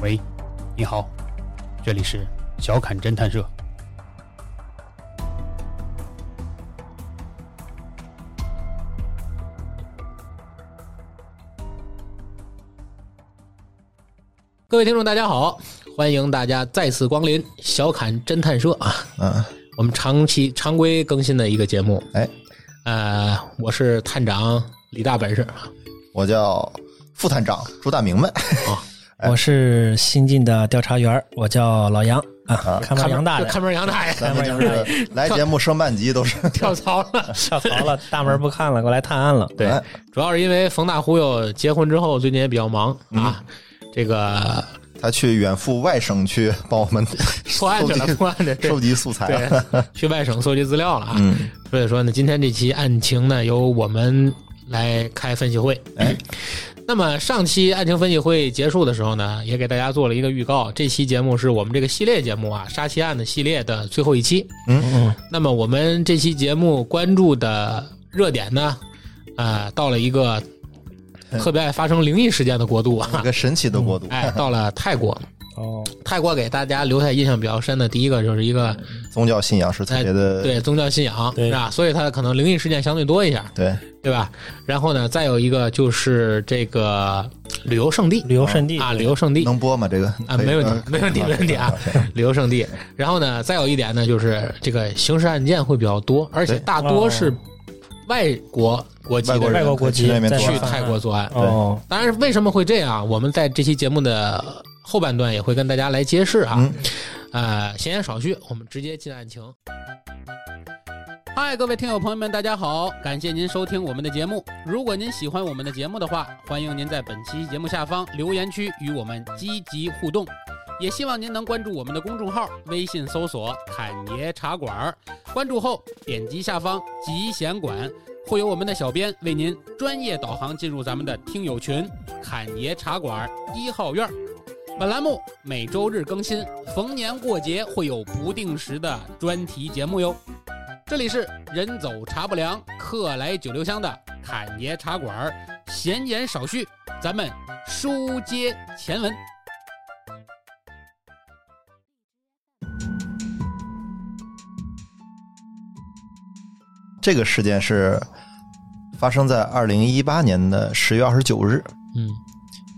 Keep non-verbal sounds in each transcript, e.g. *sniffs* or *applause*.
喂，你好，这里是小侃侦探社。各位听众，大家好，欢迎大家再次光临小侃侦探社啊！嗯，我们长期常规更新的一个节目。哎，呃，我是探长李大本事啊，我叫副探长朱大明白，我是新进的调查员儿，我叫老杨啊，看门杨大就人，看门杨大爷 *laughs* 咱们就是来节目升半级都是哎跳槽了。跳 *laughs* 槽了，大门不看了，过来探案了。啊对哎，主要是因为冯大忽悠结婚之后，最近也比较忙啊。这个他去远赴外省去帮我们破案去了，破案去了，*laughs* 对收集素材啊。对，去外省搜集资料了啊。嗯，所以说呢，今天这期案情呢，由我们来开分析会。哎那么上期案情分析会结束的时候呢，也给大家做了一个预告，这期节目是我们这个系列节目啊，杀妻案的系列的最后一期。嗯嗯。那么我们这期节目关注的热点呢，啊、到了一个特别爱发生灵异事件的国度一啊，个神奇的国度， *laughs* 哎，到了泰国。哦，泰国给大家留下印象比较深的第一个就是一个宗教信仰是特别的，哎对宗教信仰，对是吧？所以它可能灵异事件相对多一下，对对吧？然后呢，再有一个就是这个旅游胜地旅游胜地啊，旅游胜嗯地能播吗？这个啊，可以没问嗯题，没问题，没问题啊，旅游胜地。然后呢，再有一点呢，就是这个刑事案件会比较多，而且对大多是外国国籍外国的人外国国籍去那边在做去案泰国作案。哦，当然，为什么会这样？我们在这期节目的后半段也会跟大家来揭示啊。嗯呃，闲言少叙，我们直接进案情。嗨，各位听友朋友们，大家好！感谢您收听我们的节目。如果您喜欢我们的节目的话，欢迎您在本期节目下方留言区与我们积极互动。也希望您能关注我们的公众号，微信搜索“侃爷茶馆儿”，关注后点击下方“集贤馆”，会有我们的小编为您专业导航进入咱们的听友群“侃爷茶馆儿”一号院儿。本栏目每周日更新，逢年过节会有不定时的专题节目哟。这里是人走茶不凉，客来酒留香的侃爷茶馆儿，闲言少叙，咱们书接前文。嗯这个事件是发生在二零一八年的十月二十九日，嗯，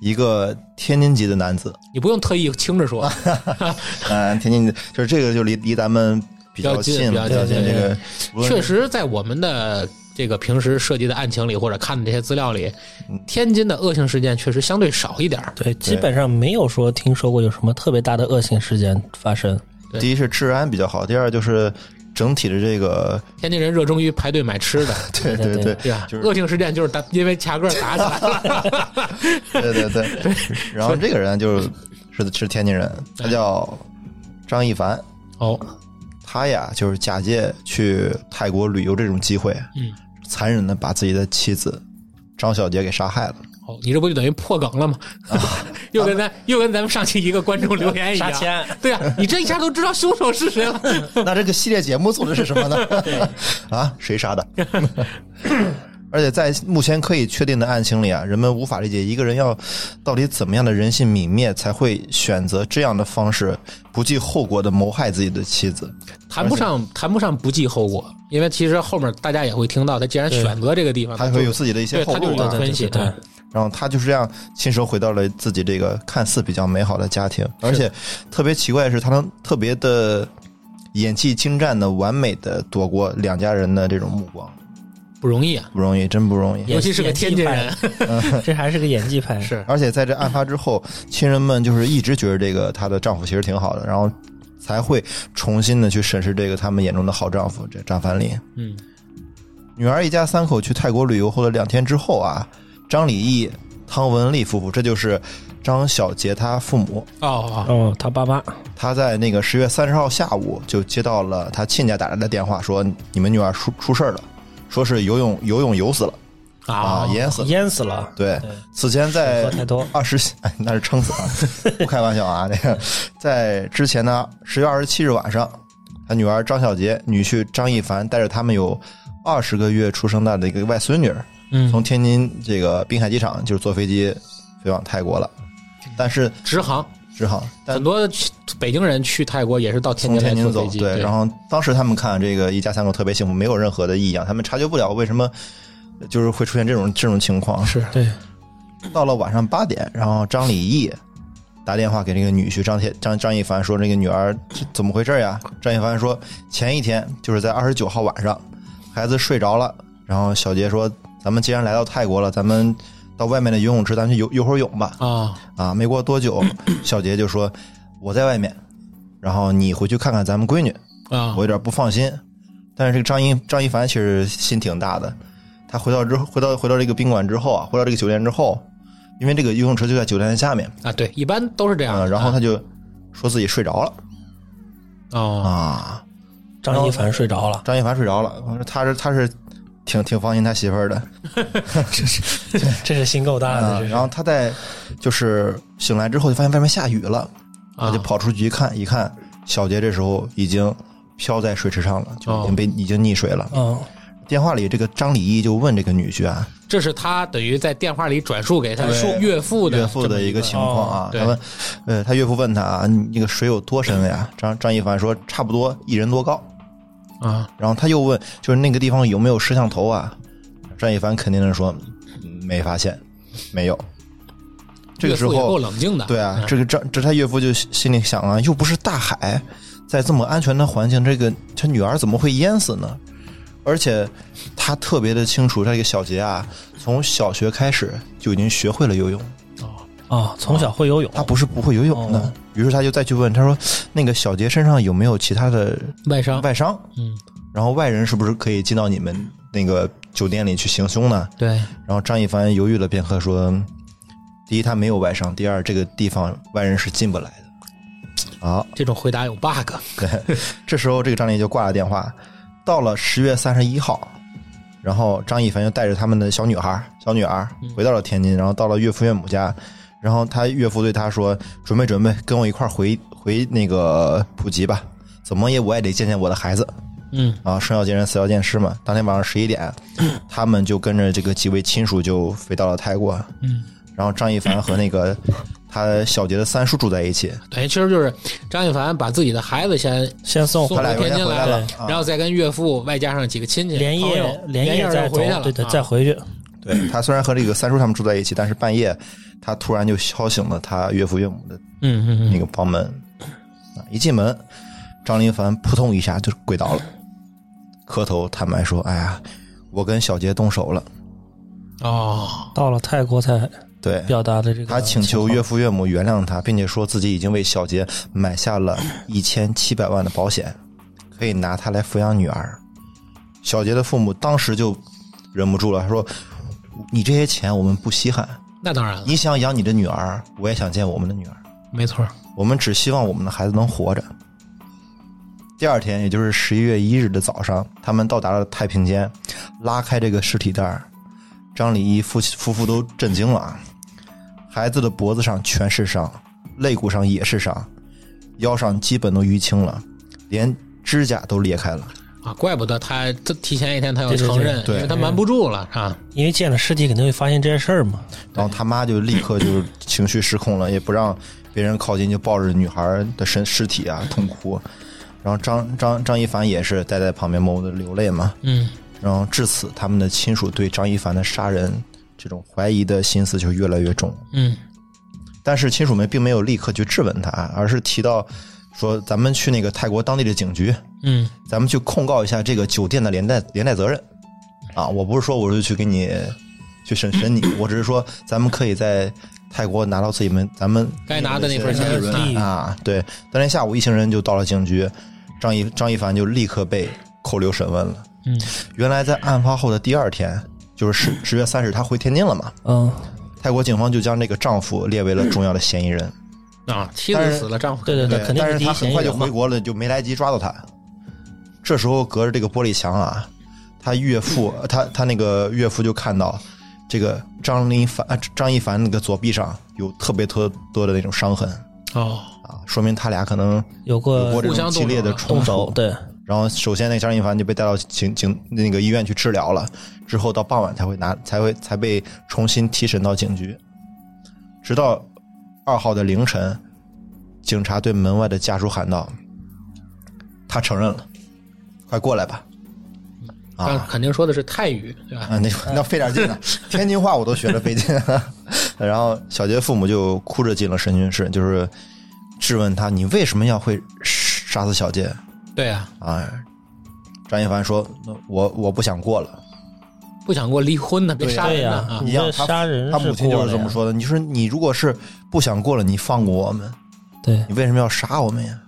一个天津籍的男子，你不用特意轻着说，啊嗯，天津就是这个就离离咱们比较比较近近了，比较近这个无论是确实在我们的这个平时涉及的案情里，或者看的这些资料里，嗯天津的恶性事件确实相对少一点儿。对，基本上没有说听说过有什么特别大的恶性事件发生。对第一是治安比较好，第二就是整体的这个，天津人热衷于排队买吃的，对对对 *laughs* 对对吧？就是恶性事件就是打因为卡个打起来了。 *laughs* 对对对。然后这个人就是是是天津人，他叫张一凡，哦，他呀就是假借去泰国旅游这种机会，嗯，残忍的把自己的妻子张小杰给杀害了。哦，你这不就等于破梗了吗？啊又跟咱又跟咱们上期一个观众留言 *laughs* 一样杀，妻案对啊，你这一下都知道凶手是谁了。那这个系列节目做的是什么呢？ *laughs* 啊，谁杀的？ *laughs* 而且在目前可以确定的案情里啊，人们无法理解一个人要到底怎么样的人性泯灭才会选择这样的方式不计后果的谋害自己的妻子。谈不上谈不上不计后果，因为其实后面大家也会听到，他既然选择这个地方，他就会有自己的一些啊对后他就路有啊。分析，对对然后他就是这样亲手回到了自己这个看似比较美好的家庭，而且特别奇怪的是，他能特别的演技精湛的完美的躲过两家人的这种目光，不容易啊，不容易，真不容易。尤其是个天津人， *laughs* 这还是个演技派，是而且在这案发之后，亲人们就是一直觉得这个她的丈夫其实挺好的，然后才会重新的去审视这个他们眼中的好丈夫这张凡林。嗯，女儿一家三口去泰国旅游后的两天之后啊，张李毅、汤文丽夫妇，这就是张小杰他父母，哦哦，哦，他爸妈他在那个十月三十号下午就接到了他亲家打来的电话，说你们女儿出出事儿了，说是游泳游泳游死了哦啊，淹死了。淹死了，对，此前在水喝太多二十，哎，那是撑死啊！不开玩笑啊，那个在之前呢，十月二十七日晚上，他女儿张小杰、女婿张一凡带着他们有二十个月出生的那个外孙女儿，嗯，从天津这个滨海机场就是坐飞机飞往泰国了。但是直航只好但很多去北京人去泰国也是到天从津天来津坐走飞，机，对。然后当时他们看这个一家三口特别幸福，没有任何的异样，他们察觉不了为什么就是会出现这种这种情况。是对，到了晚上八点，然后张李义打电话给这个女婿张铁张张一凡说：“这个女儿这怎么回事呀？”张一凡说：“前一天就是在二十九号晚上，孩子睡着了。然后小杰说：‘咱们既然来到泰国了，咱们到外面的游泳池，咱们去游游会儿泳吧。啊，’啊，没过多久，小杰就说：‘我在外面，然后你回去看看咱们闺女。’啊我有点不放心。但是这个张一张一凡其实心挺大的，他回到之后，回到回到这个宾馆之后啊，回到这个酒店之后，因为这个游泳池就在酒店下面，啊，对，一般都是这样啊，的。然后他啊就说自己睡着了哦，啊，张一凡睡着了，张一凡睡着了，我说他是他是挺挺放心他媳妇儿的，这是心够大的，啊这，是然后他在就是醒来之后就发现外面下雨了，啊他就跑出去一看，一看小杰这时候已经飘在水池上了，就已哦经被已经溺水了。嗯，电话里这个张李义就问这个女婿啊，这是他等于在电话里转述给他对岳父的岳父这么的一个情况啊哦。对他们，呃，他岳父问他啊，你那个水有多深呀？张张一凡说差不多一人多高。啊然后他又问，就是那个地方有没有摄像头啊？张一凡肯定的说嗯没发现，没有。这个时岳父也够候，冷静的，对啊嗯，这个张这他岳父就心里想啊，又不是大海，在这么安全的环境，这个他女儿怎么会淹死呢？而且他特别的清楚，这个小杰啊，从小学开始就已经学会了游泳。啊，从小会游泳，他不是不会游泳的哦。于是他就再去问，他说：“那个小杰身上有没有其他的外啊伤，外伤？嗯，然后外人是不是可以进到你们那个酒店里去行凶呢对，？”然后张一凡犹豫了片刻，说：“第一，他没有外伤；第二，这个地方外人是进不来的。”好，这种回答有 bug 这时候这个张丽就挂了电话。到了十月三十一号，然后张一凡就带着他们的小女孩、小女儿回到了天津，然后到了岳父岳母家，然后他岳父对他说：“准备准备，跟我一块儿回回那个普吉吧，怎么也我也得见见我的孩子。”嗯，啊，生要见人，死要见尸嘛。当天晚上十一点，他们就跟着这个几位亲属就飞到了泰国。嗯，然后张一凡和那个他小杰的三叔住在一起，等于其实就是张一凡把自己的孩子先先送送他回回俩天有来，天津回来来了，啊然后再跟岳父外加上几个亲戚连朋夜友连夜夜再就走回去了，，对对，啊再回去，对他虽然和这个三叔他们住在一起，但是半夜他突然就敲醒了他岳父岳母的嗯嗯那个房门。啊、一进门，张林凡扑通一下就跪倒了，磕头坦白说：“哎呀，我跟小杰动手了。嗯，哦，到了泰国才对表达的这个，他请求岳父岳母原谅他，并且说自己已经为小杰买下了一千七百万的保险，可以拿他来抚养女儿。小杰的父母当时就忍不住了，说：“你这些钱我们不稀罕，那当然了，你想养你的女儿，我也想见我们的女儿。没错，我们只希望我们的孩子能活着。第二天，也就是十一月一日的早上，他们到达了太平间，拉开这个尸体袋儿，张李一夫妻夫妇都震惊了啊！孩子的脖子上全是伤，肋骨上也是伤，腰上基本都淤青了，连指甲都裂开了。啊，怪不得他他提前一天他要对对对承认，对因为他瞒不住了啊。因为见了尸体肯定会发现这些事儿嘛，然后他妈就立刻就情绪失控了，也不让别人靠近，就抱着女孩的身尸体啊痛哭。然后张张张一凡也是待在旁边默默的流泪嘛。嗯，然后至此，他们的亲属对张一凡的杀人这种怀疑的心思就越来越重。嗯，但是亲属们并没有立刻去质问他，而是提到说：“咱们去那个泰国当地的警局，嗯，咱们去控告一下这个酒店的连带连带责任。”啊，我不是说我就去给你去审 *coughs* 审你，我只是说咱们可以在泰国拿到自己们咱们该拿的那份利钱润嗯利益啊。对，当天下午，一行人就到了警局，张一张一凡就立刻被扣留审问了。嗯，原来在案发后的第二天，就是十十月三十，他回天津了嘛。嗯，泰国警方就将这个丈夫列为了重要的嫌疑人，啊，妻但子是死了，丈夫对对对，肯定但是第他一嫌很疑快就人回嘛，国了，就没来及抓到他。这时候隔着这个玻璃墙啊，他岳 *laughs* 父，他他那个岳父就看到这个张林凡啊张一凡那个左臂上有特别特多的那种伤痕哦，啊，说明他俩可能有有过过这互种相激烈的呃动冲手突，。对，然后首先那个张一凡就被带到警警那个医院去治疗了，之后到傍晚才会拿才会才被重新提审到警局，直到二号的凌晨，警察对门外的家属喊道：“他承认了，快过来吧！”哦但啊，肯定说的是泰语，对吧？啊，那那费点劲呢，天津话我都学着费劲。然后小杰父母就哭着进了审讯室，就是质问他：“你为什么要会杀死小杰对啊，？”啊，张一凡说：“我我不想过了。不想过离婚呢，别杀对人呀、呢啊！你一样这他杀”人他母亲就过是了这么呀，说的：“你说你如果是不想过了，你放过我们，对，你为什么要杀我们呀？”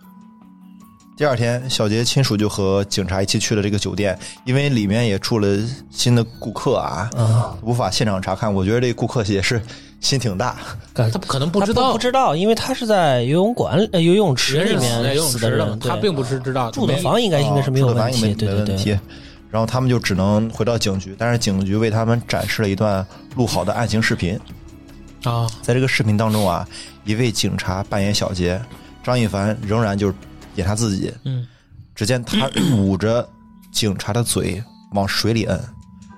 第二天，小杰亲属就和警察一起去了这个酒店，因为里面也住了新的顾客啊，啊，无法现场查看。我觉得这顾客也是心挺大，干他可能不知他道不知道，因为他是在游泳馆、呃、游泳池人里是面死在游泳死池的的人嘛，，他对并不是知道住的没房应该应该是没有哦出了问反应题，没对没对问对，题。然后他们就只能回到警局，但是警局为他们展示了一段录好的案情视频。啊，在这个视频当中啊，一位警察扮演小杰，张一凡仍然就是演他自己。嗯，只见他捂着警察的嘴往水里摁。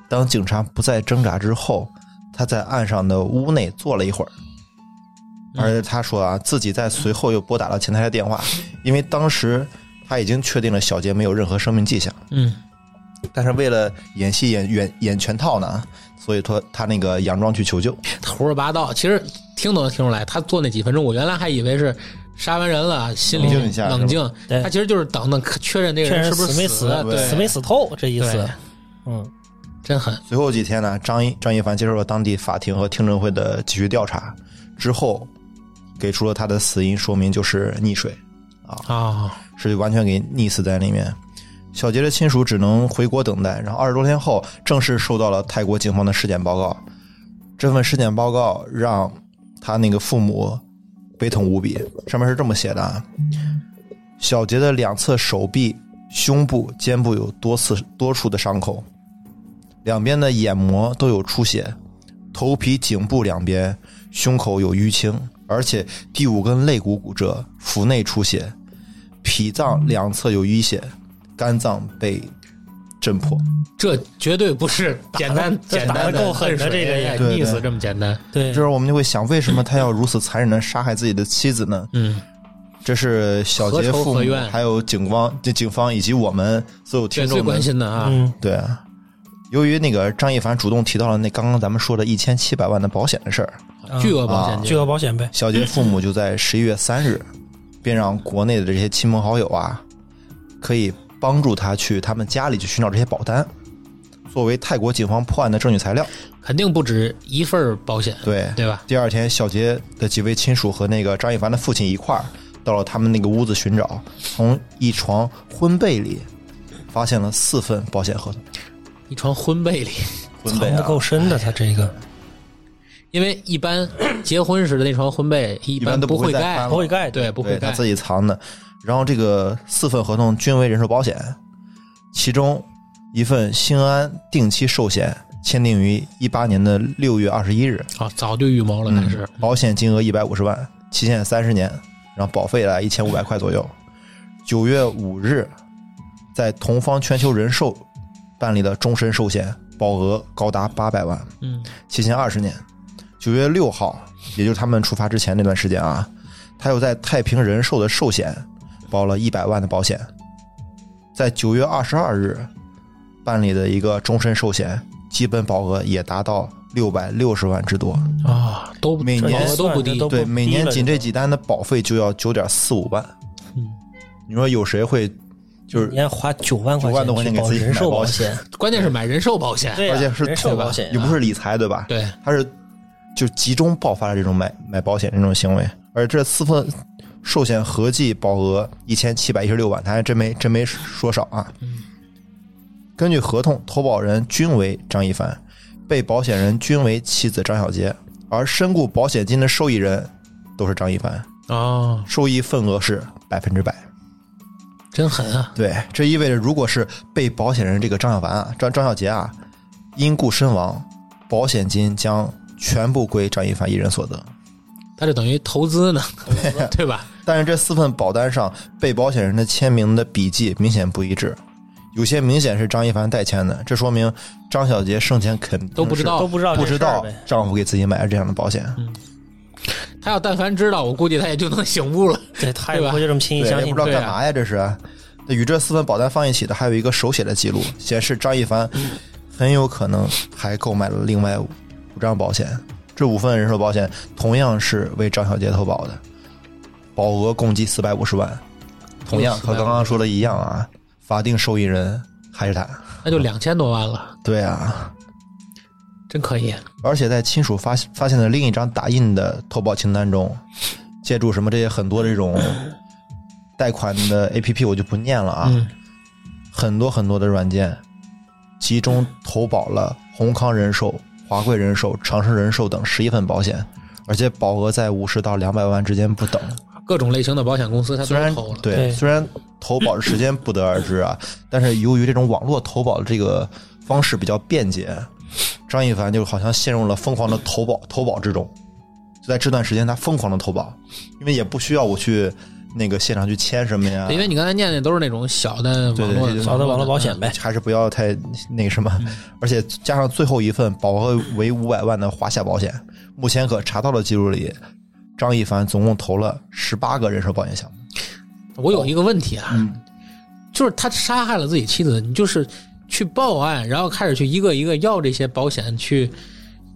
当警察不再挣扎之后，他在岸上的屋内坐了一会儿。嗯而他说啊，自己在随后又拨打了前台的电话，因为当时他已经确定了小杰没有任何生命迹象。嗯，但是为了演戏演演演全套呢，所以说他那个佯装去求救。胡说八道。其实听都能听出来，他做那几分钟，我原来还以为是杀完人了，心里冷静一下冷静，对他其实就是等等确认这个确人实是不是没死死，啊对，死没死透这意对思，嗯，真狠。随后几天呢，张一张一凡接受了当地法庭和听证会的继续调查之后，给出了他的死因说明就是溺水，啊，是完全给溺死在里面。小杰的亲属只能回国等待，然后二十多天后正式收到了泰国警方的尸检报告。这份尸检报告让他那个父母悲痛无比，上面是这么写的啊：小杰的两侧手臂、胸部、肩部有多次多处的伤口，两边的眼膜都有出血，头皮、颈部两边、胸口有淤青，而且第五根肋骨骨折，腹内出血，脾嗯脏两侧有淤血，肝脏被震破。这绝对不是简单这简打得单够狠的的哎这个也对溺死对这么简单。对这时，候我们就会想，为什么他要如此残忍的杀害自己的妻子呢？嗯，这是小何杰仇父何母怨，还有警方、这警方以及我们所有这听最众关们。心的啊，嗯，对啊，由于那个张一凡主动提到了那刚刚咱们说的一千七百万的保险的事儿，巨额保险啊金嗯巨，额保险呗，小杰父母就在十一月三日，便让国内的这些亲朋好友啊，可以帮助他去他们家里去寻找这些保单，作为泰国警方破案的证据材料。肯定不止一份儿保险，对，对吧？第二天，小杰的几位亲属和那个张一凡的父亲一块儿到了他们那个屋子寻找，从一床婚被里发现了四份保险合同。一床婚被里，婚藏被的啊，够深哎的，他这个因为一般结婚时的那床婚被一般都不不会会再盖翻，不会盖的，对，不对会他盖自。己藏的。然后这个四份合同均为人寿保险，其中一份兴安定期寿险签订于一八年的六月二十一日，啊，早就预谋了，开始保险金额一百五十万，期限三十年，然后保费在一千五百块左右。九月五日，在同方全球人寿办理的终身寿险，保额高达八百万，嗯，期限二十年。九月六号，也就是他们出发之前那段时间啊，他又在太平人寿的寿险保了一百万的保险，在九月二十二日办理的一个终身寿险，基本保额也达到六百六十万之多。啊，都不每这年保额都不算低着都，不对，低每年了仅这这几单的保费就要九点四五万。嗯，你说有谁会就是一年花九万块9万多块去钱给保自己人寿买保险， *laughs* 关键是买人寿保险，对啊，而且是人寿投保险啊，也不是理财对吧？对，它是就集中爆发了这种买买保险这种行为，而这四份寿险合计保额一千七百一十六万，他还真没真没说少啊。根据合同，投保人均为张一凡，被保险人均为妻子张小杰，而身故保险金的受益人都是张一凡，啊，受益份额是百分之百。真狠啊！对，这意味着如果是被保险人这个张小凡啊，张张小杰啊，因故身亡，保险金将全部归张一凡一人所得。他这等于投资呢， *laughs* 对吧？但是这四份保单上被保险人的签名的笔迹明显不一致，有些明显是张一凡代签的，这说明张小杰生前肯定都不知是道都不知道不这知事儿道呗丈夫给自己买了这样的保险。他要但凡知道，我估计他也就能醒悟了。对，他也对吧不会就这么轻易对，相也信不知道对啊干嘛呀，这是。那与这四份保单放一起的，还有一个手写的记录，显示张一凡很有可能还购买了另外五张保险，这五份人寿保险同样是为张小杰投保的，保额共计四百五十万，同样和刚刚说的一样啊，法定受益人还是他，那就两千多万了，对啊，真可以。而且在亲属发发现的另一张打印的投保清单中，借助什么这些很多这种贷款的 A P P，我就不念了啊，嗯很多很多的软件，集中投保了宏康人寿、华贵人寿、长生人寿等十一份保险，而且保额在五十到两百万之间不等。各种类型的保险公司他虽然都投了，对，对虽然投保的时间不得而知 *laughs* 啊，但是由于这种网络投保的这个方式比较便捷，张一凡就好像陷入了疯狂的投保投保之中。就在这段时间，他疯狂的投保，因为也不需要我去那个现场去签什么呀，因为你刚才念的都是那种小的啊对网对络对对小的网络保险呗。还是不要太那个什么。嗯而且加上最后一份保额为五百万的华夏保险，目前可查到的记录里，张一凡总共投了十八个人寿保险项目。我有一个问题啊，嗯就是他杀害了自己妻子，你就是去报案，然后开始去一个一个要这些保险去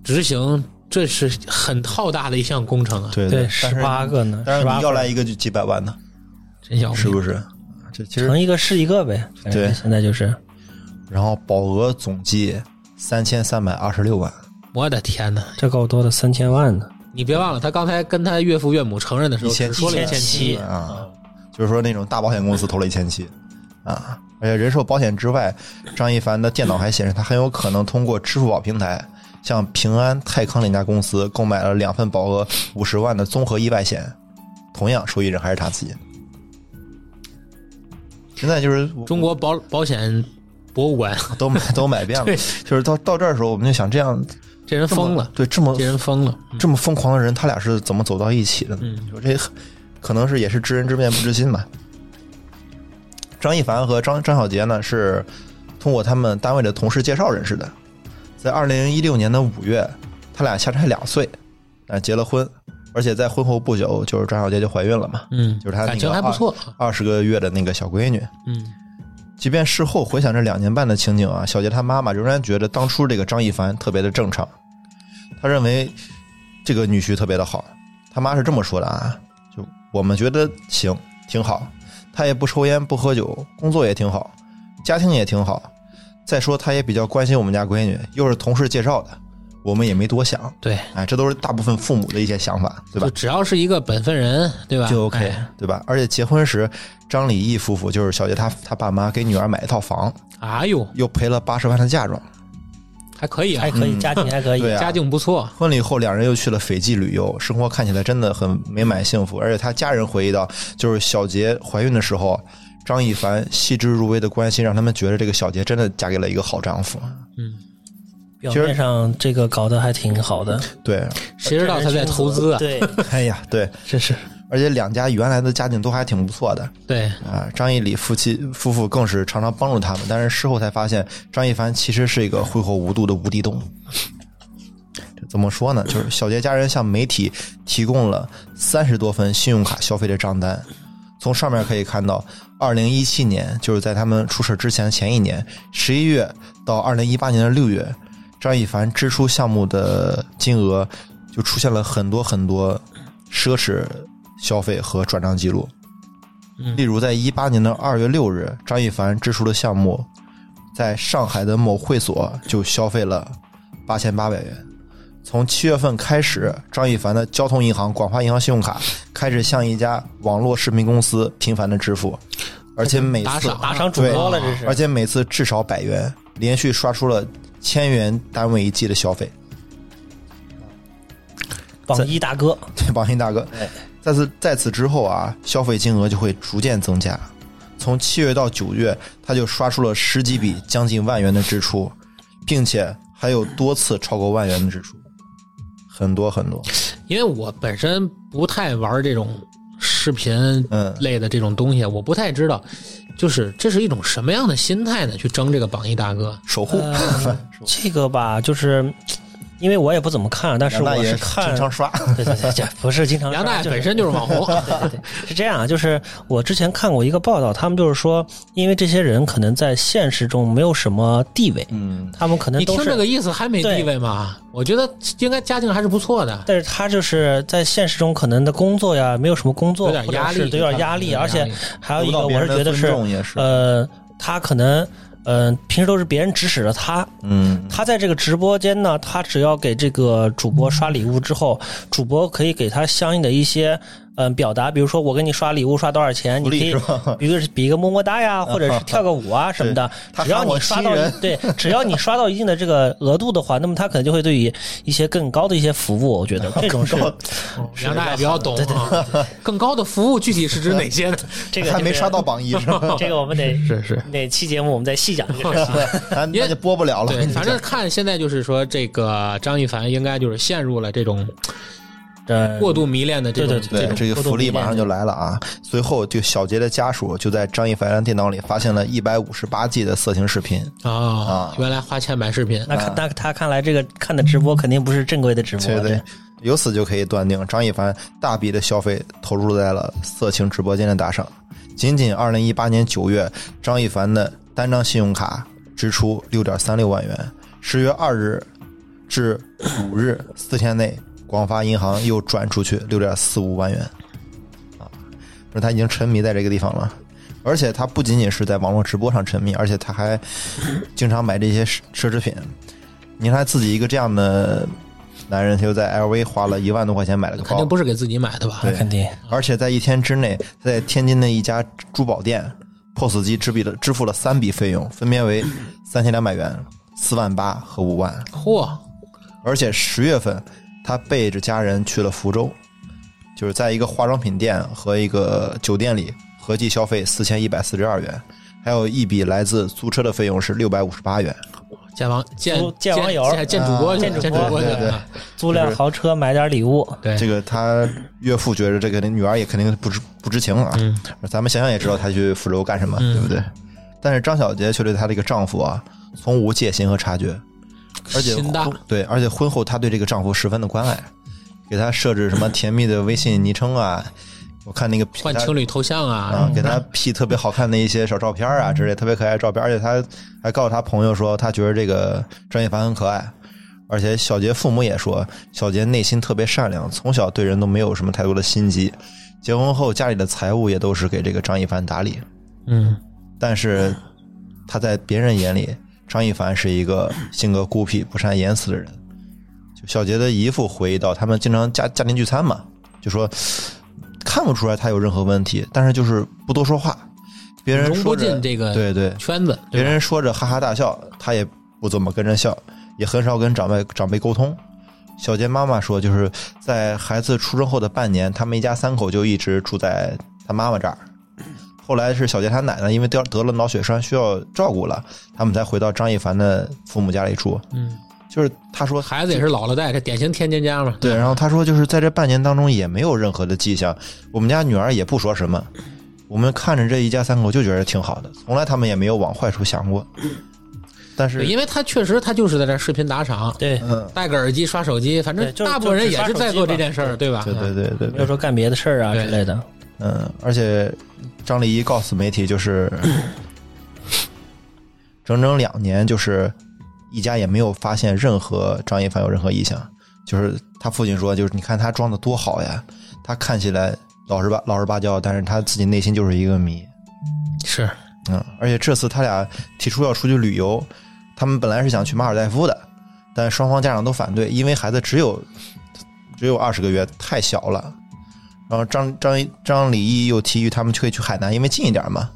执行，这是很浩大的一项工程啊！对对，但是十八个呢，但十是八你要来一个就几百万呢，真要命是不是？这其实，乘一个是一个呗。反正对现在就是然后保额总计三千三百二十六万，我的天哪！这够多的，三千万呢。你别忘了，他刚才跟他岳父岳母承认的时一候，千只说了一千七七，嗯啊，就是说那种大保险公司投了一千七啊，而且人寿保险之外，张一凡的电脑还显示他很有可能通过支付宝平台向平安、泰康两家公司购买了两份保额五十万的综合意外险，同样受益人还是他自己。现在就是我中国保保险博物馆，都买都买 *laughs* 遍了，就是到到这儿的时候，我们就想这样这人这么疯了，对，这么这人疯了，这么疯狂的人，他俩是怎么走到一起的呢？嗯说这可能是也是知人知面不知心吧。张一凡和张张小杰呢是通过他们单位的同事介绍认识的，在二零一六年的五月，他俩相差两岁，啊结了婚，而且在婚后不久，就是张小杰就怀孕了嘛，嗯，就是他那感情个还不二错，二十个月的那个小闺女。嗯，即便事后回想这两年半的情景啊，小杰他妈妈仍然觉得当初这个张一凡特别的正常，他认为这个女婿特别的好。他妈是这么说的啊，就我们觉得行，挺好。他也不抽烟不喝酒，工作也挺好，家庭也挺好。再说他也比较关心我们家闺女，又是同事介绍的，我们也没多想。对，哎，这都是大部分父母的一些想法，对吧就？只要是一个本分人，对吧？就 OK，、哎对吧？而且结婚时，张李义夫妇就是小杰他他爸妈给女儿买一套房，哎呦，又赔了八十万的嫁妆。还可以啊还，可以，嗯家庭还可以。对啊家境不错，婚礼后，两人又去了斐济旅游，生活看起来真的很美满幸福。而且他家人回忆到，就是小杰怀孕的时候，张一凡细致入微的关心，让他们觉得这个小杰真的嫁给了一个好丈夫。表其实面上这个搞得还挺好的，对，谁知道他在投资啊？ *laughs* 对，哎呀，对，这是而且两家原来的家境都还挺不错的对，啊。张一礼夫妻夫妇更是常常帮助他们，但是事后才发现，张一凡其实是一个挥霍无度的无底洞。这怎么说呢？就是小杰家人向媒体提供了三十多份信用卡消费的账单。从上面可以看到，二零一七年就是在他们出事之前前一年，十一月到二零一八年的六月，张一凡支出项目的金额就出现了很多很多奢侈消费和转账记录。嗯例如，在一八年的二月六日，张一凡支出的项目，在上海的某会所就消费了八千八百元。从七月份开始，张一凡的交通银行、广发银行信用卡开始向一家网络视频公司频繁的支付，而且每打次赏啊打赏主播了，这是。而且每次至少百元，连续刷出了千元单位一季的消费。 *laughs* 榜一大哥，对，榜一大哥对。在此在此之后啊，消费金额就会逐渐增加。从七月到九月，他就刷出了十几笔将近万元的支出，并且还有多次超过万元的支出，很多很多。因为我本身不太玩这种视频嗯，类的这种东西，我不太知道，就是这是一种什么样的心态呢？去争这个榜一大哥，守护，呃这个吧，就是因为我也不怎么看，但是 *laughs* 杨大我爷是经看，常刷， *laughs* 对对对，这不是经常杨大就爷是本身就是网 *laughs* 红，对对，对，是这样啊，就是我之前看过一个报道，他们就是说，因为这些人可能在现实中没有什么地位，嗯，他们可能你都听是，这个意思还没地位吗？我觉得应该家境还是不错的，但是他就是在现实中可能的工作呀，没有什么工作，有点压或者力，是对有点压力，有而且压力还有得不一个，到我别人是的觉得尊是，重也是，呃，他可能。嗯，平时都是别人指使着他，嗯，他在这个直播间呢，他只要给这个主播刷礼物之后，主播可以给他相应的一些嗯、表达，比如说我给你刷礼物刷多少钱，福你可利以是吧？ *laughs* 比如是比一个么么哒呀，或者是跳个舞啊 *laughs* 什么的。他只要喊我你刷亲到人对，只要你刷到一定的这个额度的话，那么他可能就会对于一些更高的一些服务，我 *laughs* 觉得这哦种是杨大爷比较懂啊。更高的服务具体是指哪些呢？这个还就没是刷到，榜一是 *laughs* 吧？ *laughs* 这个我们得是是，哪期节目我们再细讲这个事情。咱因为那就播不了了。对，反正看现在就是说，这个张一凡应该就是陷入了这种呃过度迷恋的这种对对对，这个福利马上就来了啊！随后，就小杰的家属就在张一凡电脑里发现了一百五十八 G 的色情视频，啊啊，原来花钱买视频，那看那他看来这个看的直播肯定不是正规的直播，对对，由此就可以断定，张一凡大笔的消费投入在了色情直播间的打赏。仅仅二零一八年九月，张一凡的单张信用卡支出六点三六万元。十月二日至五日四天内，广发银行又转出去六点四五万元。啊，说他已经沉迷在这个地方了。而且他不仅仅是在网络直播上沉迷，而且他还经常买这些奢奢侈品。你看他自己一个这样的男人，他就在 LV 花了一万多块钱买了个肯包定，不是给自己买的吧？那肯定而且在一天之内，他在天津的一家珠宝店 POS 机支笔了支付了三笔费用，分别为三千两百元、四万八和五万。嚯，而且十月份，他背着家人去了福州，就是在一个化妆品店和一个酒店里合计消费四千一百四十二元，还有一笔来自租车的费用是六百五十八元。见网见见网友见见主播去了，啊见见主主播播去对对了，租辆豪车买点礼物，对这个他岳父觉得这个女儿也肯定不知不知情啊。嗯咱们想想也知道她去福州干什么，对不对？但是张小杰却对她这个丈夫啊，从无戒心和察觉，而且心大婚对，而且婚后她对这个丈夫十分的关爱，给他设置什么甜蜜的微信昵称啊，我看那个给换他情侣头像啊啊，，给他 P 特别好看的一些小照片啊之类，特别可爱的照片，而且他还告诉他朋友说，他觉得这个张一凡很可爱，而且小杰父母也说，小杰内心特别善良，从小对人都没有什么太多的心机，结婚后家里的财务也都是给这个张一凡打理，嗯，但是他在别人眼里，张一凡是一个性格孤僻、不善言辞的人。就小杰的姨父回忆到，他们经常家家庭聚餐嘛，就说看不出来他有任何问题，但是就是不多说话。别人融不说着进，这个对对，圈子，别对吧人说着哈哈大笑，他也不怎么跟着笑，也很少跟长辈长辈沟通。小杰妈妈说，就是在孩子出生后的半年，他们一家三口就一直住在他妈妈这儿。后来是小杰他奶奶因为得得了脑血栓需要照顾了，他们才回到张一凡的父母家里住。嗯，就是他说孩子也是老了带，这典型天津家嘛，对，然后他说就是在这半年当中也没有任何的迹象，我们家女儿也不说什么，我们看着这一家三口就觉得挺好的，从来他们也没有往坏处想过。但是对，因为他确实他就是在这视频打赏，对，嗯，戴个耳机刷手机，反正对就是大部分人也是在做这件事就儿，是对吧？啊对对对对没有对，说干别的事儿啊对之类的。嗯，而且张丽一告诉媒体，就是 *sniffs* 整整两年，就是一家也没有发现任何张一凡有任何异响。就是他父亲说，就是你看他装的多好呀，他看起来老实巴老实巴交，但是他自己内心就是一个谜。是嗯，而且这次他俩提出要出去旅游，他们本来是想去马尔代夫的，但双方家长都反对，因为孩子只有只有二十个月，太小了。然后张张张李毅又提议他们可以去海南，因为近一点嘛。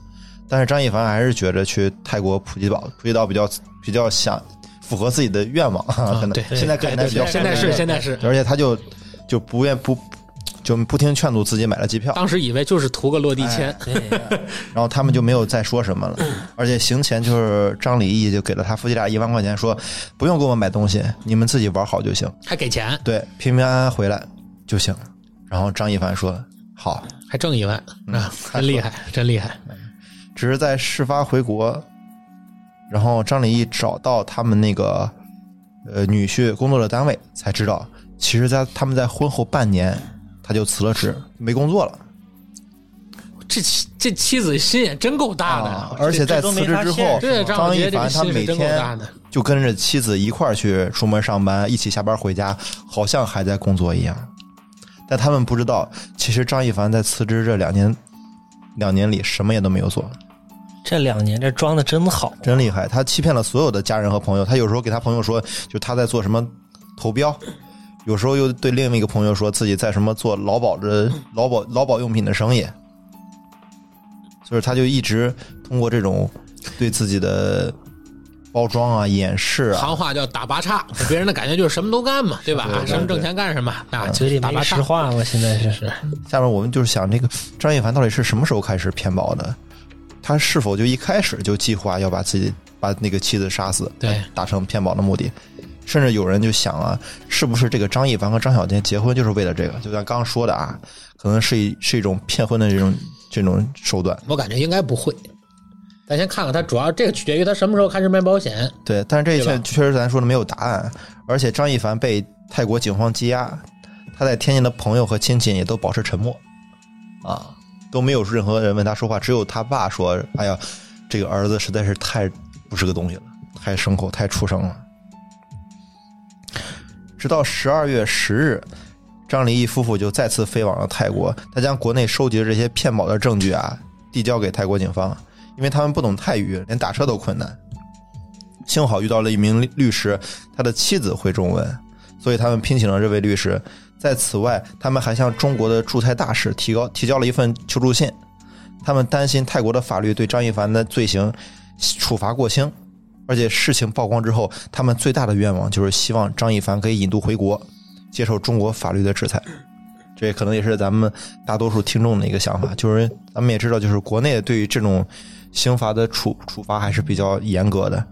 但是张一凡还是觉着去泰国普吉岛，普吉岛比较比较想符合自己的愿望， *laughs* 可能啊对现在看起来比较现在是现在是，而且他就就不愿不就不听劝阻，自己买了机票。当时以为就是图个落地签，哎然后他们就没有再说什么了。嗯而且行前就是张李毅就给了他夫妻俩一万块钱，说不用给我买东西，你们自己玩好就行，还给钱，对，平平安安回来就行。然后张一凡说好，还挣一万啊，嗯真厉害，真厉害。只是在事发回国，然后张李毅找到他们那个呃女婿工作的单位才知道，其实在他们在婚后半年他就辞了职，没工作了。这妻这妻子心也真够大的，啊而且在辞职之后，这张张小一杰这凡个他心每是真够大天的。就跟着妻子一块儿去出门上班，一起下班回家，好像还在工作一样。但他们不知道，其实张一凡在辞职这两年两年里什么也都没有做，这两年这装的真好，真厉害。他欺骗了所有的家人和朋友。他有时候给他朋友说，就他在做什么投标。有时候又对另一个朋友说自己在什么做劳保的劳保劳保用品的生意，就是他就一直通过这种对自己的包装啊、掩饰啊，行话叫打八叉，给别人的感觉就是什么都干嘛，对吧？对对嗯什么挣钱干什么啊，嘴里打没八实叉。话，我现在这是下面我们就是想，这个张一凡到底是什么时候开始骗保的？他是否就一开始就计划要把自己把那个妻子杀死，对，达成骗保的目的？甚至有人就想啊，是不是这个张一凡和张小娴结婚就是为了这个？就像刚刚说的啊，可能是一是一种骗婚的这种这种手段。我感觉应该不会。咱先看看他，主要这个取决于他什么时候开始买保险。对，但是这一对切吧确实咱说的没有答案，而且张一凡被泰国警方羁押，他在天津的朋友和亲戚也都保持沉默，啊，都没有任何人问他说话，只有他爸说：“哎呀，这个儿子实在是太不是个东西了，太牲口，太畜生了。”直到十二月十日，张离一夫妇就再次飞往了泰国，他将国内收集的这些骗保的证据啊递交给泰国警方，因为他们不懂泰语，连打车都困难。幸好遇到了一名律律师，他的妻子会中文，所以他们聘请了这位律师。在此外，他们还向中国的驻泰大使提高提交了一份求助信。他们担心泰国的法律对张一凡的罪行处罚过轻，而且事情曝光之后，他们最大的愿望就是希望张一凡可以引渡回国，接受中国法律的制裁。这也可能也是咱们大多数听众的一个想法，就是咱们也知道，就是国内对于这种刑罚的处处罚还是比较严格的。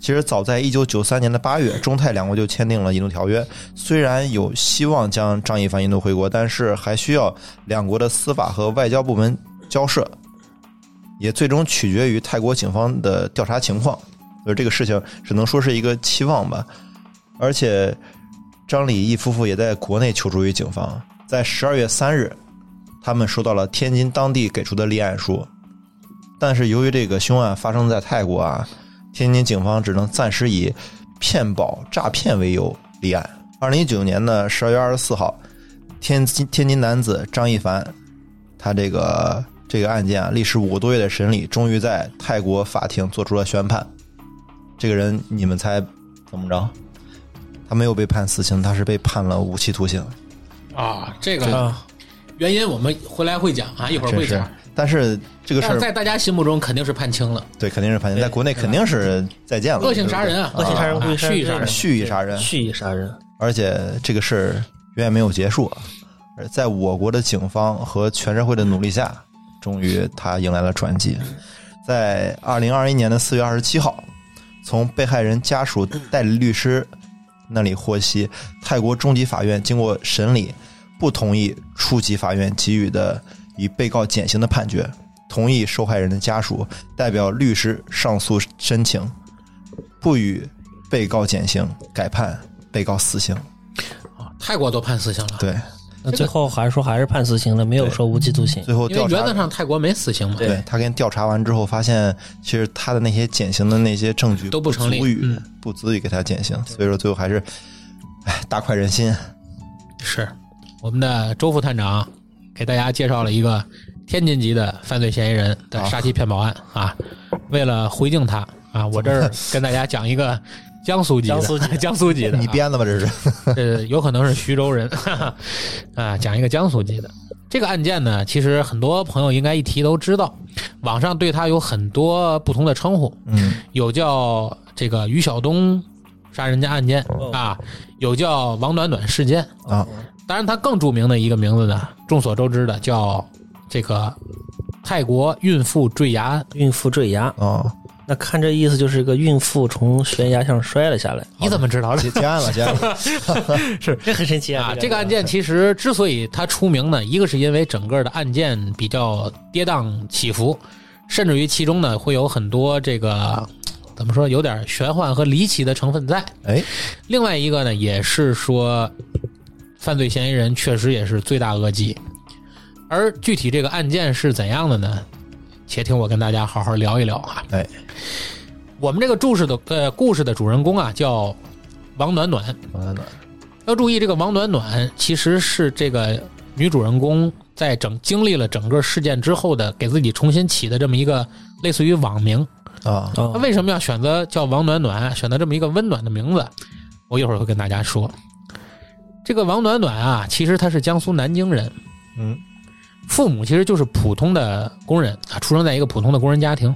其实早在一九九三年的八月，中泰两国就签订了引渡条约。虽然有希望将张一凡引渡回国，但是还需要两国的司法和外交部门交涉，也最终取决于泰国警方的调查情况。所以这个事情只能说是一个期望吧。而且张李义夫妇也在国内求助于警方，在十二月三日，他们收到了天津当地给出的立案书，但是由于这个凶案发生在泰国啊，天津警方只能暂时以骗保诈骗为由立案。二零一九年的十二月二十四号，天津天津男子张一凡，他这个这个案件啊，历时五个多月的审理，终于在泰国法庭做出了宣判。这个人，你们猜怎么着？他没有被判死刑，他是被判了无期徒刑。啊，这个啊，原因我们回来会讲啊，一会儿真会是讲。，但是这个事但是儿在大家心目中肯定是判轻了，对肯定是判刑，在国内肯定是再见了。恶性杀人嗯啊，恶性杀人、啊故意杀人、蓄意杀人，蓄意杀人蓄意杀人，而且这个事儿远远没有结束。啊而在我国的警方和全社会的努力下，终于他迎来了转机。在二零二一年的四月二十七号，从被害人家属代理律师那里获悉，泰国中级法院经过审理，不同意初级法院给予的以被告减刑的判决，同意受害人的家属代表律师上诉申请，不予被告减刑，改判被告死刑。啊泰国都判死刑了，对，那最后还是说还是判死刑了，没有说无期徒刑。最后因为调查原则上泰国没死刑嘛，对他跟调查完之后发现，其实他的那些减刑的那些证据都不成立足以、嗯不足以给他减刑，所以说最后还是，哎，大快人心。是我们的周副探长给大家介绍了一个天津籍的犯罪嫌疑人的杀妻骗保案啊。为了回敬他啊，我这儿跟大家讲一 *laughs* 个江苏籍的，江苏籍的 *laughs* 江苏籍的啊，你编的吧？这是呃，有可能是徐州人 *laughs* 啊，讲一个江苏籍的这个案件呢，其实很多朋友应该一提都知道，网上对他有很多不同的称呼，嗯，有叫这个于晓东杀人家案件哦啊，有叫王短短事件啊。当然，他更著名的一个名字呢，众所周知的叫这个泰国孕妇坠崖案。孕妇坠崖，哦，那看这意思就是一个孕妇从悬崖上摔了下来，你怎么知道的？结结案了，结案了。这很神奇啊，这个案件其实之所以它出名呢，一个是因为整个的案件比较跌宕起伏，甚至于其中呢会有很多这个呃怎么说有点玄幻和离奇的成分在。哎，另外一个呢，也是说犯罪嫌疑人确实也是罪大恶极，而具体这个案件是怎样的呢？且听我跟大家好好聊一聊啊。哎，我们这个故事的呃故事的主人公啊叫王暖暖，王暖暖，要注意，这个王暖暖其实是这个女主人公在整经历了整个事件之后的，给自己重新起的这么一个类似于网名。啊，她啊，为什么要选择叫王暖暖，选择这么一个温暖的名字？我一会儿会跟大家说。这个王暖暖啊，其实她是江苏南京人，嗯，父母其实就是普通的工人啊，出生在一个普通的工人家庭。